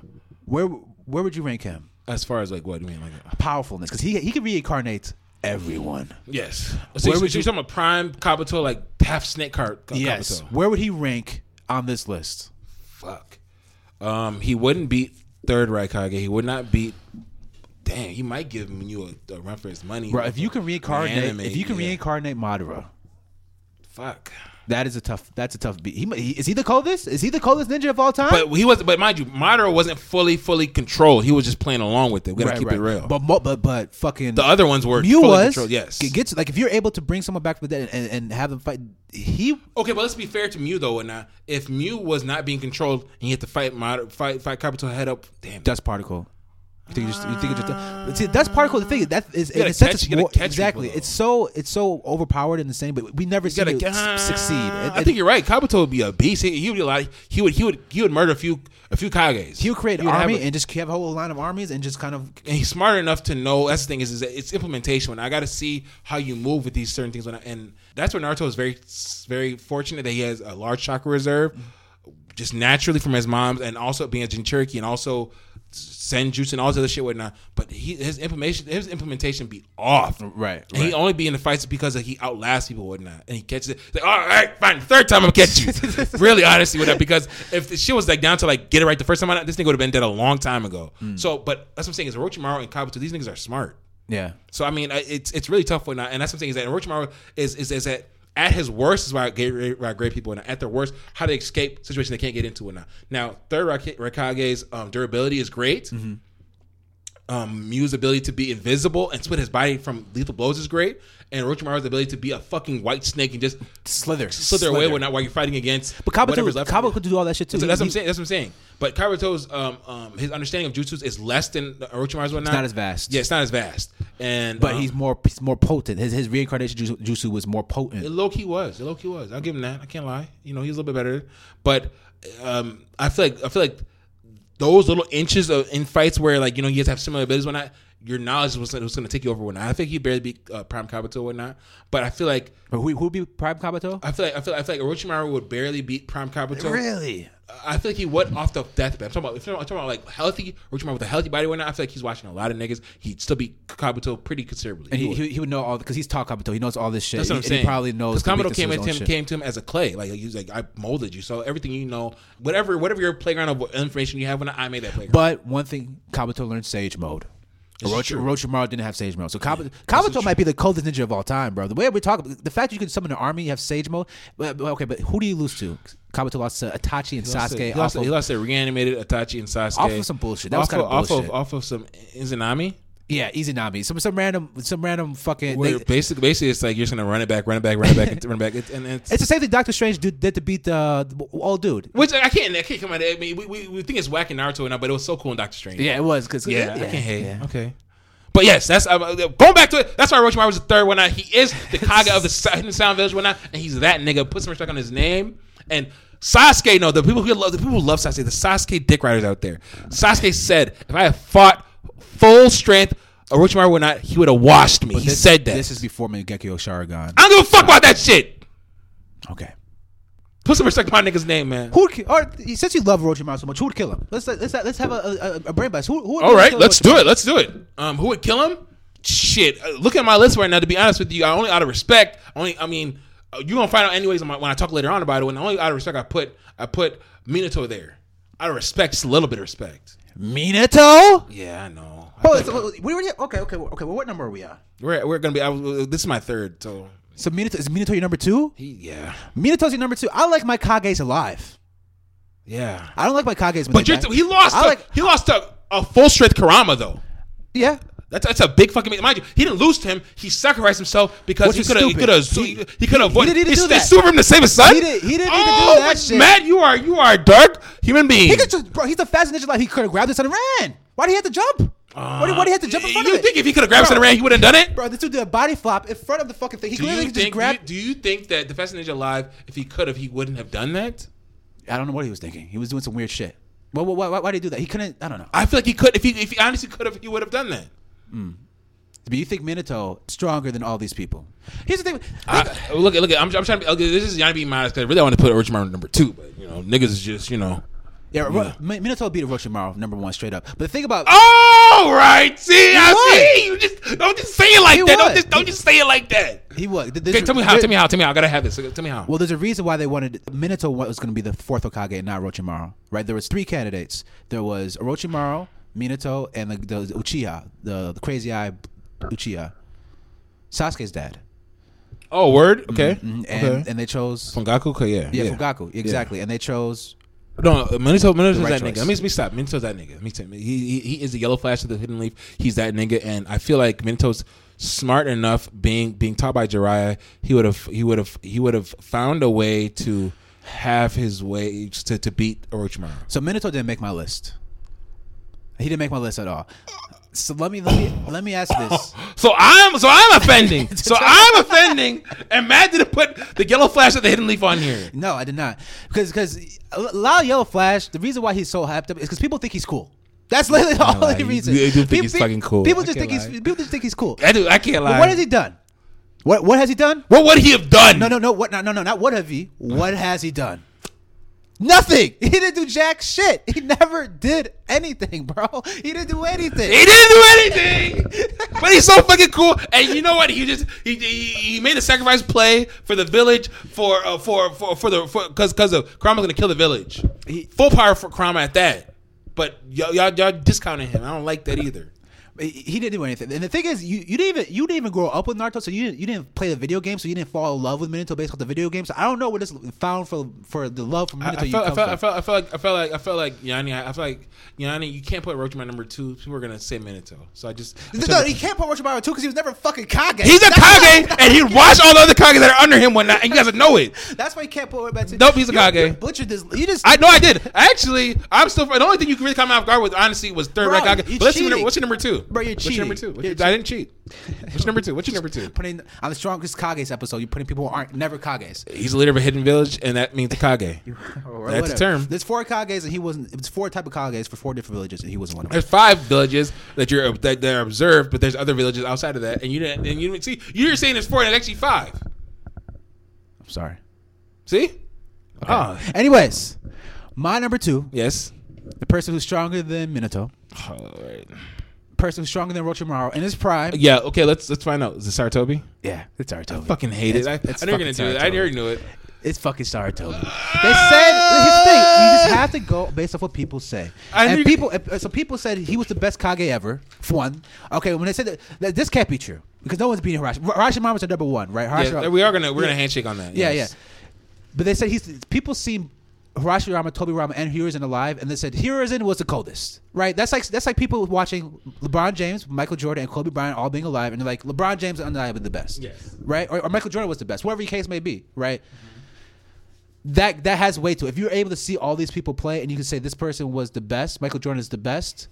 Where where would you rank him?
As far as like what do you mean like uh,
Powerfulness, because he he could reincarnate everyone.
yes. So
Where
Where
would
would you,
you-
are talking about prime Kabuto like half snake cart? Ka-
Yes.
Kabuto.
Where would he rank on this list?
Fuck. Um, he wouldn't beat third Raikage. He would not beat damn, you might give him you a, a run for his money.
Bro, if you can reincarnate,
Reanimate,
if you can
yeah.
reincarnate Madara,
fuck.
that is a tough. That's a tough beat. He, he- is he the coldest? Is he the coldest ninja of all time?
But he was, but mind you, Madara wasn't fully, fully controlled. He was just playing along with it. We gotta
Right,
keep it
right.
real.
But mo- but but fucking
the other ones were
Mew
fully
was
controlled. Yes.
G- Gets like if you're able to bring someone back from the dead and, and have them fight, he
Okay, but let's be fair to Mew though. And uh, if Mew was not being controlled and he had to fight Mod- fight fight Kabuto head up, damn.
dust particle. You think you just you think it just but see dust particle the thing is, that is in
gotta
a sense
catch-
it's
you gotta
more-
catch
exactly
people, though.
it's so it's so overpowered and the same but we never see
gotta-
it
Ah,
s- succeed. And-
I
and
think you're right. Kabuto would be a beast. He, he would be like he would he would he would murder a few a few Kages.
he would create an
would have
army
a-
and just have a whole line of armies and just kind of
and he's smart enough to know. That's the thing is, is that it's implementation. When I got to see how you move with these certain things, when I, and that's where Naruto is very, very fortunate that he has a large chakra reserve, just naturally from his mom's, and also being a Jinchuriki, and also Senjutsu and all this other shit whatnot. But he, his implementation, his implementation be off.
right.
And he only be in the fights because he outlasts people, and whatnot, and he catches it. It's Like, all right, fine, third time I'm gonna catch you. really, honestly, with that, because if the shit was like down to like get it right the first time, I- this thing would have been dead a long time ago.
Hmm.
So, but that's what I'm saying is Orochimaru and Kabuto, these niggas are smart.
Yeah.
So I mean, I- it's it's really tough when I, and that's what I'm saying is that Orochimaru is is is that at his worst is why great why great people and at their worst how they escape situation they can't get into and not. Now third Rak- Rakage's um, durability is great.
Mm-hmm.
Um, Mew's ability to be invisible and split his body from lethal blows is great, and Orochimaru's ability to be a fucking white snake and just
Slither.
slither away when while you're fighting against
But Kabuto,
whatever's left of you.
Kabuto could do all that shit too.
So that's what I'm
He-
saying. That's what I'm saying. But Kabuto's um, um, his understanding of jutsus is less than Orochimaru's. It's
not as vast.
Yeah, it's not as vast. And
But
um,
he's more he's more potent. His his reincarnation jutsu- jutsu was more
It
potent.
low key was. It low key was. I'll give him that. I can't lie. You know, he's a little bit better. But um, I feel like I feel like those little inches of in fights where like you know you guys have similar abilities when I your knowledge was was going to take you over when I think he barely beat uh, Prime Kabuto or whatnot. But I feel like
But who who would be Prime Kabuto?
I feel like I feel like, I feel like Orochimaru would barely beat Prime Kabuto.
Really?
I feel like he went off the deathbed. I'm talking about, if you're- I'm talking about like healthy, Orochimaru with a healthy body or not. I feel like he's watching a lot of niggas. He'd still beat Kabuto pretty considerably.
And
He
he,
would.
he, he would know all because he's taught Kabuto. He knows all this shit.
That's what I'm
And
saying.
He probably knows.
Because
the
Kamado came
weaknesses
at
on
him
shit.
came to him as a clay. Like he was like, I molded you. So everything you know, whatever whatever your playground of information you have, when I made that playground.
But one thing, Kabuto learned Sage Mode.
This is
Orochi,
true.
Orochimaru didn't have Sage Mode, so Kabuto, Kabuto might be the coldest ninja of all time, bro. The way we talk, the fact that you can summon an army, you have Sage Mode. But, but okay, but who do you lose to? Kabuto lost to Itachi and
He lost to-
Sasuke.
he lost,
off
to-
of-
he lost to reanimated Itachi and Sasuke
Off of some bullshit. That was
off
kinda
of, off
bullshit.
of off of some Izanami.
yeah, Izanami. Some some random some random fucking.
Where
they-
basically basically it's like you're just gonna run it back, run it back, run it back, and run it back. It's, and it's,
it's the same thing Doctor Strange did, did to beat the, the old dude.
which I can't I can't come at it. I mean, we, we, we think it's whack in Naruto now, but it was so cool in Doctor Strange.
Yeah, it was because
Yeah, I can't hate. Okay. But yes, that's uh, uh, going back to it. That's why Orochimaru was the third one out. He is the Kaga of the Sa- Hidden Sound Village one out, and he's that nigga. Put some respect on his name. And Sasuke, no, the people who love the people who love Sasuke, the Sasuke dick riders out there. Sasuke said, if I had fought full strength, Orochimaru would not. He would have washed me. he
This-
said that.
This is before Mangekyo Sharingan.
I don't give a fuck about that shit.
Okay.
Put some respect on my nigga's name, man.
Who would ki- or since you love Orochimaru so much, who would kill him? Let's let's let's have a, a, a brain blast. Who, who would
All right,
kill
let's
Orochimaru?
do it. Let's do it. Um, who would kill him? Shit. Uh, Look at my list right now. To be honest with you, I only out of respect. Only, I mean, uh, you gonna find out anyways on my- when I talk later on about it. When only out of respect, I put I put Minato there. Out of respect, just a little bit of respect.
Minato.
Yeah, I know. I
Oh,
think-
it's, we were okay, okay, okay. Well, what number are we at?
we're we're gonna be. I, was- this is my third. So
So Minato is Minato your number two?
he, yeah,
Minato's your number two. I like my Kages alive.
yeah.
I don't like my Kages. When
But
they
you're,
die.
he lost.
I
To,
like-
he lost to a full strength Karama though.
yeah.
That's, that's a big fucking mind you. He didn't lose to him. He sacrificed himself because
Which
he
is
could have he
stupid.
could have
He-
he, he could have
he
avoided.
didn't need to do
they
that.
sued for him to save his son.
He didn't- he didn't need to do
Oh,
that shit.
Matt, you are you are a dark human being.
He could just, bro, he's the fastest ninja alive. He could have grabbed his son and ran. Why do he have to jump? why, do, why do he have to jump in front
Uh, you
of it?
think if he could have grabbed
Bro.
something around, he would have done it?
Bro, this dude did a body flop in front of the fucking thing. He
do
clearly
you
just
think
grabbed.
do you think that the Fast and Ninja Alive, if he could have, he wouldn't have done that?
I don't know what he was thinking. He was doing some weird shit. Why, why, why, why did he do that? He couldn't. I don't know.
I feel like he could. If he if he honestly could have, he would have done that.
But you think Minato stronger than all these people? Here's the thing.
I, look, look, I'm, I'm trying to. Be, okay, this is trying to be modest because I really want to put Orochimaru number two, but you know, niggas is just you know.
yeah, Ro- Mi- Minato beat Orochimaru number one straight up. But the thing about
All right, see, I
won.
see. You just don't just say it like
He
that. Don't
won.
just, don't just say it like that.
he was. th-
Okay,
there's-
tell me how. Tell me how. Tell me how. I gotta have this. Tell me how.
Well, there's a reason why they wanted Minato wa- was going to be the fourth Hokage and not Orochimaru, right? There was three candidates. There was Orochimaru, Minato, and the, the, the Uchiha, the, the crazy eye Uchiha, Sasuke's dad.
Oh, word. Okay.
And
okay.
and they chose
From Gaku, okay, yeah, uh,
yeah, Fugaku exactly, and they chose
No, Minato, Minato's
right choice.
that nigga. Let me, let me stop. Minato's that nigga. Let me tell you, he, he he is the yellow flash of the hidden leaf. He's that nigga, and I feel like Minato's smart enough. Being being taught by Jiraiya, he would have he would have he would have found a way to have his way to to beat Orochimaru.
So Minato didn't make my list. He didn't make my list at all. So let me let me let me ask this.
So I'm so I'm offending. so I'm offending. And Matt didn't put the yellow flash of the hidden leaf on here.
No, I did not. Because because Lao Yellow Flash, the reason why he's so hyped up is because people think he's cool. That's literally the
lie.
only
You-
reason.
you do think
People-
he's fucking cool.
People
I
just
can't
think he's
lie.
people just think he's cool.
I do. I can't lie.
But what has he done? What what has he done?
What would he have done?
No no no what no no no not what have he? What has he done? Nothing. He didn't do jack shit. He never did anything, bro. He didn't do anything.
He didn't do anything, but he's so fucking cool. And you know what? He just he he, he made a sacrifice play for the village for uh, for for for the because because of Karama's gonna kill the village.
He-
Full power for Karama at that. But y'all y'all, y'all discounting him. I don't like that either.
He- he didn't do anything. And the thing is, you, you didn't even you didn't even grow up with Naruto, so you didn't, you didn't play the video game, so you didn't fall in love with Minato based off the video game. So I don't know where this found for for the love for Minato
I, I
you
felt, I,
come
felt, I
from.
felt I felt like I felt like I felt like Yanni. I, I felt like Yanni. You can't put Roachman number two. People are gonna say Minato. So I just I
no,
took-
he can't put Orochimaru too because he was never fucking Kage.
he's a
That's
Kage,
why-
and he'd watch all the other Kage that are under him whatnot, and you guys would know it.
That's why he can't put Orochimaru.
Nope, he's a
You-
Kage.
You butchered this. You just
I know I did. Actually, I'm still. The only thing you can really come off guard with, honestly, was third
Bro,
rank. Kage.
you
But let's see.
cheating.
what number- What's your number two,
Bro, you're
what's your number two?
cheating.
What's
You're
your- I didn't cheat. What's your number two? What's your number two?
putting on the strongest Kage's episode. You're putting people who aren't never Kage's.
He's the leader of a hidden village, and that means Kage.
Or
That's
whatever.
a term.
There's four Kage's and he wasn't. It's four type of Kage's for four different villages and he wasn't one of them.
There's five villages that you're that, that are observed, but there's other villages outside of that, and you didn't. And you didn't see. You're saying there's four, and it's actually five.
I'm sorry.
See? Ah,
Anyways, my number two,
yes.
the person who's stronger than Minato.
All right.
person who's stronger than Orochimaru in his prime.
Yeah. Okay. Let's let's find out. Is it Saratobi?
Uh, Yeah, it's Sarutobi.
Fucking hate it. I,
It's- it's
I knew you were gonna
fucking
do it. I
Saratobi.
already knew it.
It's fucking Sarutobi. They said his thing. You just have to go based off what people say.
I
and
knew-
people, uh, so people said he was the best Kage ever. For one, okay. When they said that, that this can't be true because no one's beating Hirashima. Hirashima was the number one, right?
Yeah,
Hirashima-
we are gonna we're
Yeah.
gonna handshake on that.
Yeah,
yes.
yeah. But they said he's people seen Hirashirama, Tobirama, and Hiruzen alive, and they said Hiruzen was the coldest. Right? That's like that's like people watching LeBron James, Michael Jordan, and Kobe Bryant all being alive, and they're like LeBron James is undeniably the best.
Yes.
Right? Or, or Michael Jordan was the best, whatever your case may be. Right? That that has weight to it. If you're able to see all these people play, and you can say this person was the best, Michael Jordan is the best.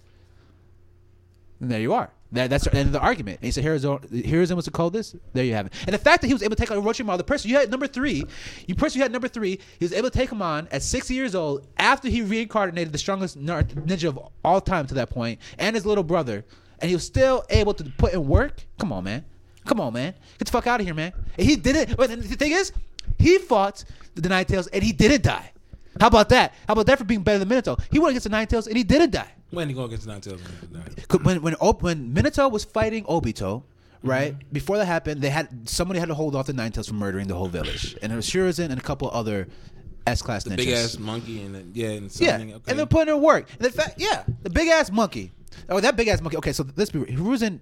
And there you are. That, that's the end of the argument. And he said, Heroism, heroism was the coldest. There you have it. And the fact that he was able to take on Orochimaru, the person you had at number three, you person you had at number three, he was able to take him on at 60 years old after he reincarnated the strongest nar- ninja of all time to that point and his little brother. And he was still able to put in work. Come on, man. Come on, man. Get the fuck out of here, man. And he did it. But the thing is, he fought the Nine Tails and he didn't die. How about that? How about that for being better than Minato? He went against the Nine Tails and he didn't die.
When he gonna get to nine tails? Nine.
'Cause when when Ob- when Minato was fighting Obito, right before that happened, they had somebody had to hold off the Nine Tails from murdering the whole village, and it was Shiruzen and a couple other S class ninjas.
Big ass monkey and then- yeah, and
yeah,
something. okay.
and they're putting in work. And the fact, yeah, the big ass monkey. Oh, that big ass monkey. Okay, so let's be real. Hiruzen.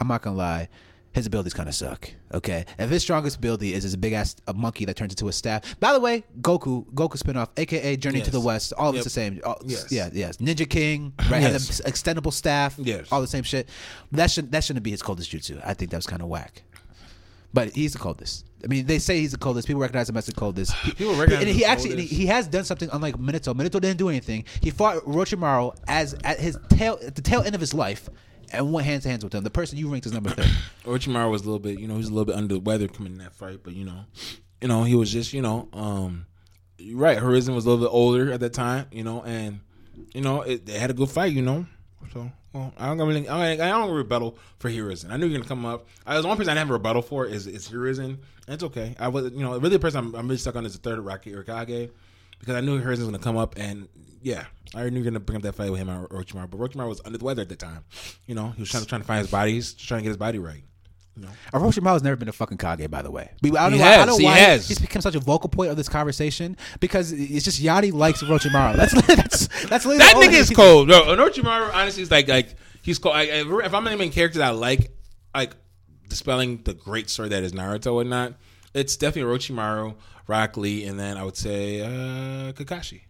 I'm not gonna lie. His abilities kind of suck. Okay, if his strongest ability is his big ass a monkey that turns into a staff. By the way, Goku, Goku spinoff, aka Journey to
Yes.
the West, all of
Yep.
it's the same. All,
Yes.
Yeah, yes. Ninja King, right? Has
Yes.
an extendable staff.
Yes.
All the same shit. That should that shouldn't be his coldest jutsu. I think that was kind of whack. But he's the coldest. I mean, they say he's the coldest. People recognize him as the coldest.
People recognize
and
him
he
as the
actually and he,
coldest.
he has done something unlike Minato. Minato didn't do anything. He fought Orochimaru as at his tail at the tail end of his life and went hands to hands with him. The person you ranked as number three.
Orochimaru was a little bit, you know, he was a little bit under the weather coming in that fight, but you know, you know, he was just, you know, um, you're right. Horizon was a little bit older at that time, you know, and you know, it, they had a good fight, you know. So, well, I don't really, I don't, I don't rebuttal for Horizon. I knew you're gonna come up. I was the only person I didn't have a rebuttal for is is Horizon. That's okay. I was, you know, really the person I'm, I'm really stuck on is the third Rocky Urkage because I knew Horizon was gonna come up and. Yeah, I already knew you were gonna bring up that fight with him and Orochimaru, but Orochimaru was under the weather at the time. You know, he was trying to trying to find his bodies, trying to get his body right.
Orochimaru has never been a fucking Kage, by the way. But I don't
He
know, why- I
has,
don't
he
know why
has.
he's become such a vocal point of this conversation because it's just Yadi likes Orochimaru. That's that's that's literally
That
all
nigga
he-
is cold, bro. Orochimaru honestly is like like he's cold. Like, if if I'm naming characters I like, like dispelling the great story that is Naruto and not, it's definitely Orochimaru, Rock Lee, and then I would say uh, Kakashi.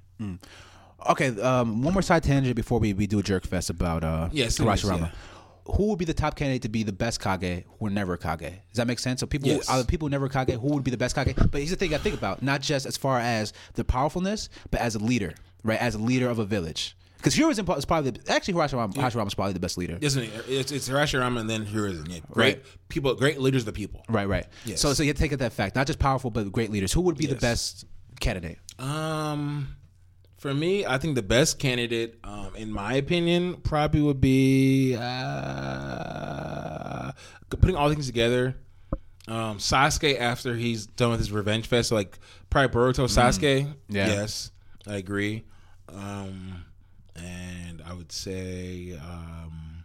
Okay, um, one more side tangent before we, we do a jerk fest about uh,
Yes, it is,
Karashirama. Who would be the top candidate to be the best Kage who were never Kage? Does that make sense? So people,
Yes.
uh, people who never Kage, who would be the best Kage? But here's the thing I think about: not just as far as the powerfulness, but as a leader, right? As a leader of a village, because Hiro is impo- is probably actually Hirashirama, Hirashirama is probably the best leader.
Isn't it? It's, it's Hirashirama and then Hiruzen. Yeah, great people, great leaders of the people.
Right, right.
Yes.
So, so you have to take it that fact: not just powerful, but great leaders. Who would be the
Yes.
best candidate?
Um, for me, I think the best candidate, um, in my opinion, probably would be uh, putting all things together. Um, Sasuke after he's done with his revenge fest, so like probably Boruto Sasuke.
Mm-hmm. Yeah.
Yes, I agree. Um, and I would say, um,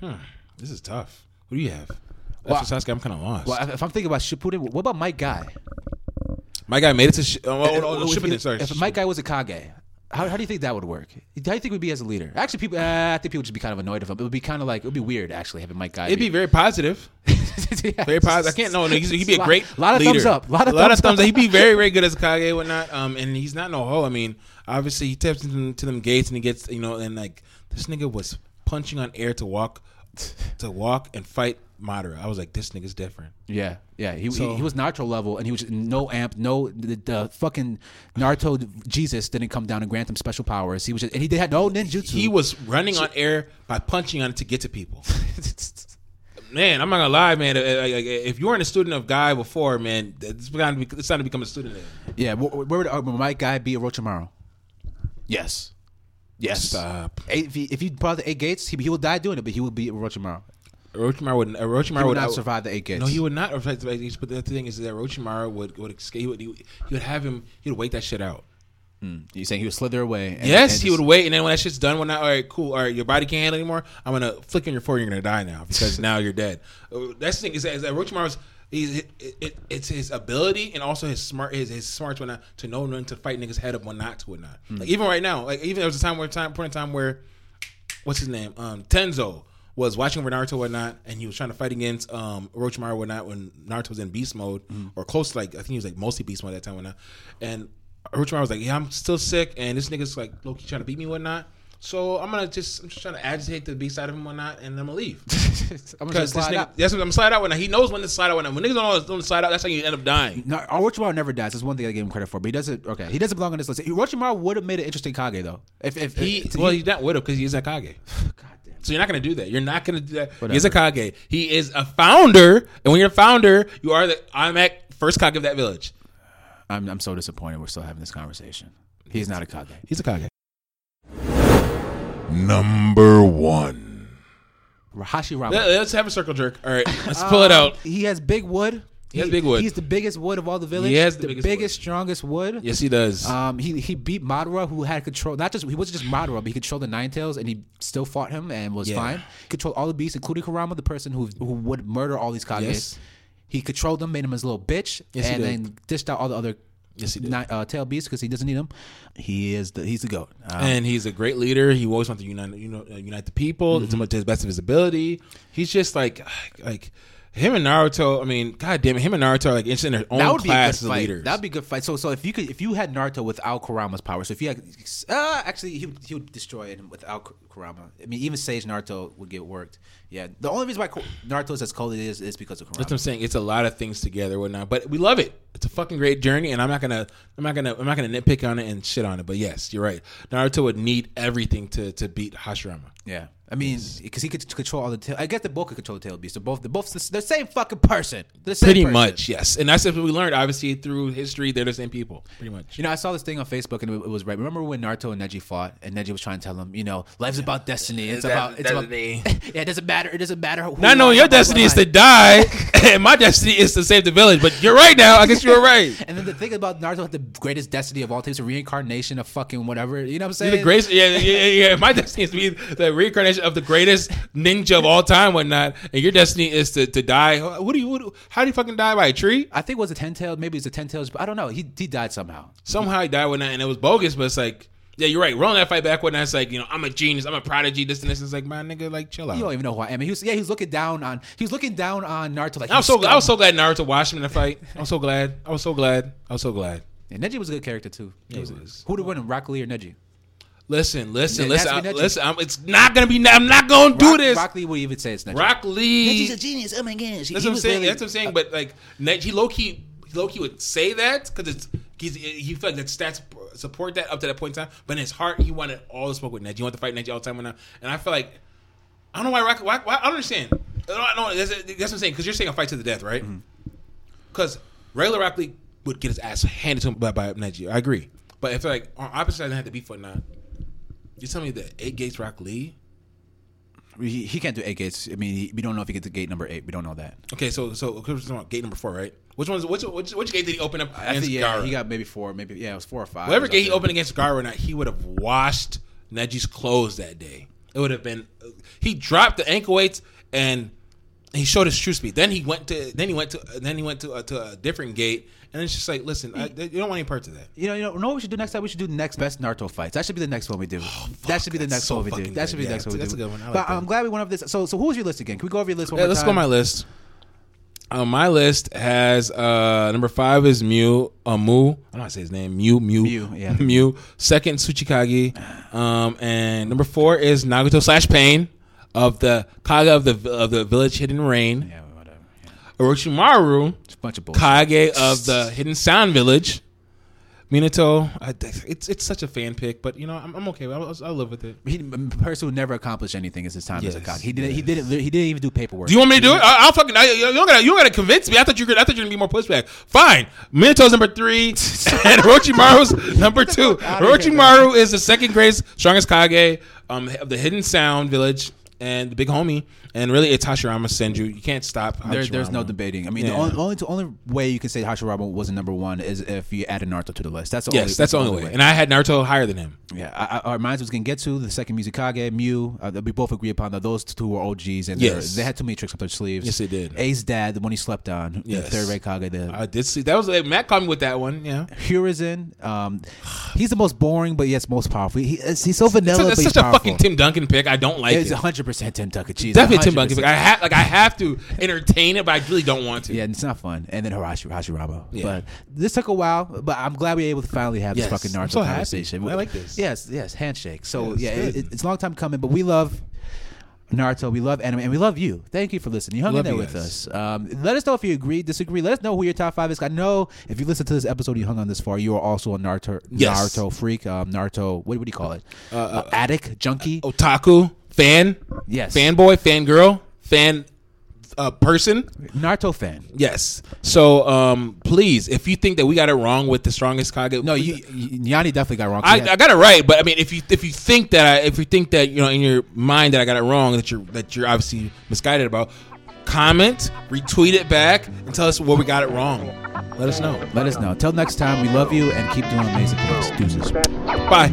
hmm, this is tough. What do you have?
Well,
After Sasuke, I'm kind of lost.
Well, if- if I'm thinking about Shippuden, what about Mike Guy?
my guy made it to sh- oh, oh, oh,
If- if
Shippuden,
he-
sorry.
If Mike Guy was a Kage, how, how do you think that would work? How do you think we'd be as a leader? Actually, people, uh, I think people would just be kind of annoyed of him. It would be kind of like it would be weird actually having Mike Guy.
It'd be very positive.
Yeah.
Very positive. I can't know. He's, he'd be a
Lot-
great.
lot of
leader.
thumbs up. Lot of thumbs
up. He'd be very, very good as a Kage and whatnot. Um, and he's not no hoe. I mean, obviously he taps into to them gates and he gets you know and like this nigga was punching on air to walk, to walk and fight Madara. I was like, this nigga's different.
Yeah, yeah. He,
So-
he he was Naruto level, and he was no amp, no the, the fucking Naruto Jesus didn't come down and grant him special powers. He was just, and he had no ninjutsu.
He was running on air by punching on it to get to people. Man, I'm not gonna lie, man. If you weren't a student of Guy before, man, it's time to, be, it's time to become a student. of him.
yeah. Where, where would, uh, would my guy be Orochimaru? Yes, yes.
Stop.
Eight, if, he, if you brought the eight gates, he, he will die doing it, but he will be Orochimaru.
Orochimaru would. Orochimaru
He will
would
not
out-
survive the eight gates.
No, he would not. affect the Vikings, But the thing is that Orochimaru would would escape. He would, he would- he would have him. He would wait that shit out.
You saying he would slither away? and-
yes,
and
he
just-
would wait, and then when that shit's done, when I, all right, cool, all right, your body can't handle it anymore. I'm gonna flick on your forehead. You're gonna die now because now you're dead. Uh, That's the thing is that, is that Orochimaru's. He's, it, it, it's his ability and also his smart his, his smarts when not to know when to fight niggas head up when not to when not. Hmm. Like even right now, like even there was a time where time point in time where what's his name? Um, Tenzo was watching over Naruto and whatnot, and he was trying to fight against um Orochimaru and whatnot when Naruto was in beast mode or close. To, like I think he was like mostly beast mode at that time and whatnot. And Orochimaru was like, "Yeah, I'm still sick, and this nigga's like low key trying to beat me and whatnot." So I'm gonna just I'm just trying to agitate the beast out of him and whatnot, and I'm gonna leave.
I'm gonna
Because this
slide
nigga,
out.
that's what I'm slide out when he knows when to slide out when when niggas don't know when to slide out. That's how you end up dying.
No, Orochimaru never dies. That's one thing I gave him credit for. But he doesn't. Okay, he doesn't belong on this list. Orochimaru would have made an interesting Kage though. If if
He
if-
well, he's not with him because he's a Kage.
God damn.
So you're not gonna do that. You're not gonna do that. He's a Kage. He is a founder, and when you're a founder, you are the automatic first Kage of that village.
I'm I'm so disappointed. We're still having this conversation. He's not a Kage.
He's a Kage. Number one.
Hashirama.
Let, us have a circle jerk. All right, let's pull it out.
He has big wood.
He has big wood.
He's the biggest wood of all the village.
He has the biggest
biggest,
wood.
strongest wood.
Yes, he does.
Um, he he beat Madara, who had control. Not just he wasn't just Madara, but he controlled the Nine Tails, and he still fought him and was
Yeah.
fine. Controlled all the beasts, including Kurama, the person who who would murder all these Kages.
Yes.
He controlled them, made him his little bitch,
Yes, he
and
did.
then dished out all the other
Yes, he did.
nine, uh, tail beasts because he doesn't need them. He is the he's the goat. Um,
and he's a great leader. He always wants to unite, you know, uh, unite the people
Mm-hmm.
to, to his best of his ability. He's just like, like him and Naruto. I mean, god damn it, him and Naruto are like it's in their own
that would be a good
class as
fight.
leaders.
That would be a good fight. So, so if you could, if you had Naruto without Kurama's power, so if you had, uh, actually, he would, he would destroy him without Ku- Kurama. I mean, even Sage Naruto would get worked. Yeah, the only reason why Ku- Naruto is as cold as it is is because of
That's
Kurama.
what I'm saying. It's a lot of things together, and whatnot. But we love it. It's a fucking great journey, and I'm not gonna, I'm not gonna, I'm not gonna nitpick on it and shit on it. But yes, you're right. Naruto would need everything to to beat Hashirama.
Yeah, I mean, because he could t- control all the tail. I guess they both could control the tail beast. They're both they're both the, s- the same fucking person. They're the same
Pretty
person.
much, yes. And that's what we learned, obviously, through history. They're the same people, pretty much.
You know, I saw this thing on Facebook and it it was right. Remember when Naruto and Neji fought, and Neji was trying to tell him, you know, life's about destiny. It's
That's
about it's about
destiny.
yeah. It doesn't matter. It doesn't matter. who
Not
you
knowing
are,
your
blah, blah,
destiny
blah.
is to die, and my destiny is to save the village. But you're right now. I guess You're right.
And then the thing about Naruto had the greatest destiny of all times, a reincarnation of fucking whatever. You know what I'm saying?
The greatest, yeah, yeah, yeah, yeah. My destiny is to be the reincarnation of the greatest ninja of all time, whatnot. And your destiny is to, to die. What do you? What, do- how do you fucking die by a tree?
I think it was a ten tailed, maybe it's a ten tails, but I don't know. He he died somehow.
Somehow he died whatnot, and it was bogus. But it's like, yeah, you're right. Rolling that fight back whatnot. It's like, you know, I'm a genius. I'm a prodigy. This and this. It's like, my nigga, like chill
You
out.
don't even know who I am. And he was yeah, he was looking down on he was looking down on Naruto like
I was so I
I
was so glad Naruto watched him in the fight. I was so glad. I was so glad. I was so glad.
and Neji was a good character too.
he
was-
was.
Who would win, Rock Lee or Neji?
Listen, listen,
Yeah,
listen,
that's
I,
what Neji-
listen. I'm, it's not gonna be. I'm not gonna do
Rock-
this. Rock,
Rock Lee would even say it's Neji.
Lee.
genius. Oh my gosh.
That's what I'm saying. That's what I'm saying. But like, Ned, he low key, low key would say that because it's he's, he felt like that stats support that up to that point in time. But in his heart, he wanted all the smoke with Ned. He wanted to fight Ned all the time. And I, and I feel like I don't know why Rock. Why, why, I don't understand. I don't, I don't- that's, that's what I'm saying. Because you're saying a fight to the death, right? Because regular Rock Lee would get his ass handed to him by, by Neji. I agree. But if like on opposite side, I had to be for not. You tell me that eight gates Rock Lee.
He, he can't do eight gates. I mean, he, we don't know if he gets to gate number eight. We don't know that.
Okay, so so we're talking about gate number four, right? Which one's which which, which gate did he open up
I
against
think, yeah,
Gaara?
he got maybe four, maybe yeah, it was four or five.
Whatever
It was
gate
up
he
there.
opened against Gaara or not, he would have washed Neji's clothes that day. It would have been he dropped the ankle weights and he showed his true speed. Then he went to then he went to then he went to uh, to a different gate and it's just like listen, I, you don't want any parts of that.
You know, you know, you know what we should do next time? We should do the next best Naruto fights. That should be the next one we do. that should be the
that's
next
so
one we do.
fucking
That should
good.
be the
Yeah,
next one we do.
that's a good one. I like
But
that.
I'm glad we went over this. So, so who was your list again? Can we go over your list one
Yeah,
more
let's go
time?
my list. Uh, my list has uh, number five is Mew Amu. I don't know how to say his name. Mew Mew
Mew, yeah.
Mew. Second Tsuchikage, um, and number four is Nagato slash Pain of the Kaga of the of the Village Hidden Rain.
Yeah, whatever. Yeah.
Orochimaru,
It's a bunch of bullshit.
Kage of the Hidden Sound Village. Minato, I, it's it's such a fan pick, but you know I'm, I'm okay. with it. I'll, I'll live with it.
He, a person who never accomplished anything is his time as a
Yes,
cock. He didn't. He didn't. He didn't even do paperwork.
Do you want me to do
Mm-hmm.
it? I, I'll fucking. I, you don't gotta. You don't gotta convince me. I thought you. Could, I thought you were gonna be more pushback. Fine. Minato's number three, and Orochimaru's number two.
outta here,
Orochimaru is the second greatest, strongest Kage um, of the Hidden Sound Village and the big homie. And really, it's Hashirama Senju. You can't stop.
there, there's
Hashirama.
no debating. I mean,
Yeah.
the only, only the only way you can say Hashirama wasn't number one is if you added Naruto to the list. That's the only,
Yes, that's the only way. And I had Naruto higher than him.
Yeah, I, I, our minds was gonna get to the second Mizukage, Mew. Uh, we both agree upon that those two were OGs, and they were-
Yes.
they had too many tricks up their sleeves.
Yes, they did.
Ace dad, the one he slept on.
Yes.
the third Ray Kage, the
I did see that was Matt caught me with that one. Yeah.
Hiruzen. Um, he's the most boring, but yes, most powerful. He, he's he's so vanilla, but
That's, that's
he's
such a
powerful.
fucking Tim Duncan pick. I don't like
It's
it.
100 percent Tim Duncan. Jesus,
Definitely Tim Duncan
100%.
pick. I have like I have to entertain it, but I really don't want to.
Yeah, and it's not fun. And then Hirashi, Hashirama.
Yeah.
But this took a while, but I'm glad we were able to finally have
Yes.
this fucking
I'm
Naruto
so happy.
conversation.
I like this.
Yes, yes, handshake. So
Yes,
yeah,
good.
it, it- it's a long time coming, but we love Naruto. We love anime, and we love you. Thank you for listening. You hung
Love
in there
you
with
guys.
us. Um, let us know if you agree, disagree. Let us know who your top five is. I know if you listen to this episode, you hung on this far. You are also a Naruto
Yes.
Naruto freak. Um, Naruto, what, what do you call it? Uh, addict, junkie.
otaku oh, fan,
Yes.
fanboy, fangirl, fan uh, person.
Naruto fan.
Yes. So um, please, if you think that we got it wrong with the strongest Kage,
No, you, you- Yanni definitely got it wrong.
I,
Yeah.
I got it right, but I mean, if you if you think that I, if you think that you know in your mind that I got it wrong, that you're that you're obviously misguided about, comment, retweet it back, and tell us where we got it wrong. Let us know.
Let us know. Till next time, we love you and keep doing amazing things. Deuces.
Bye.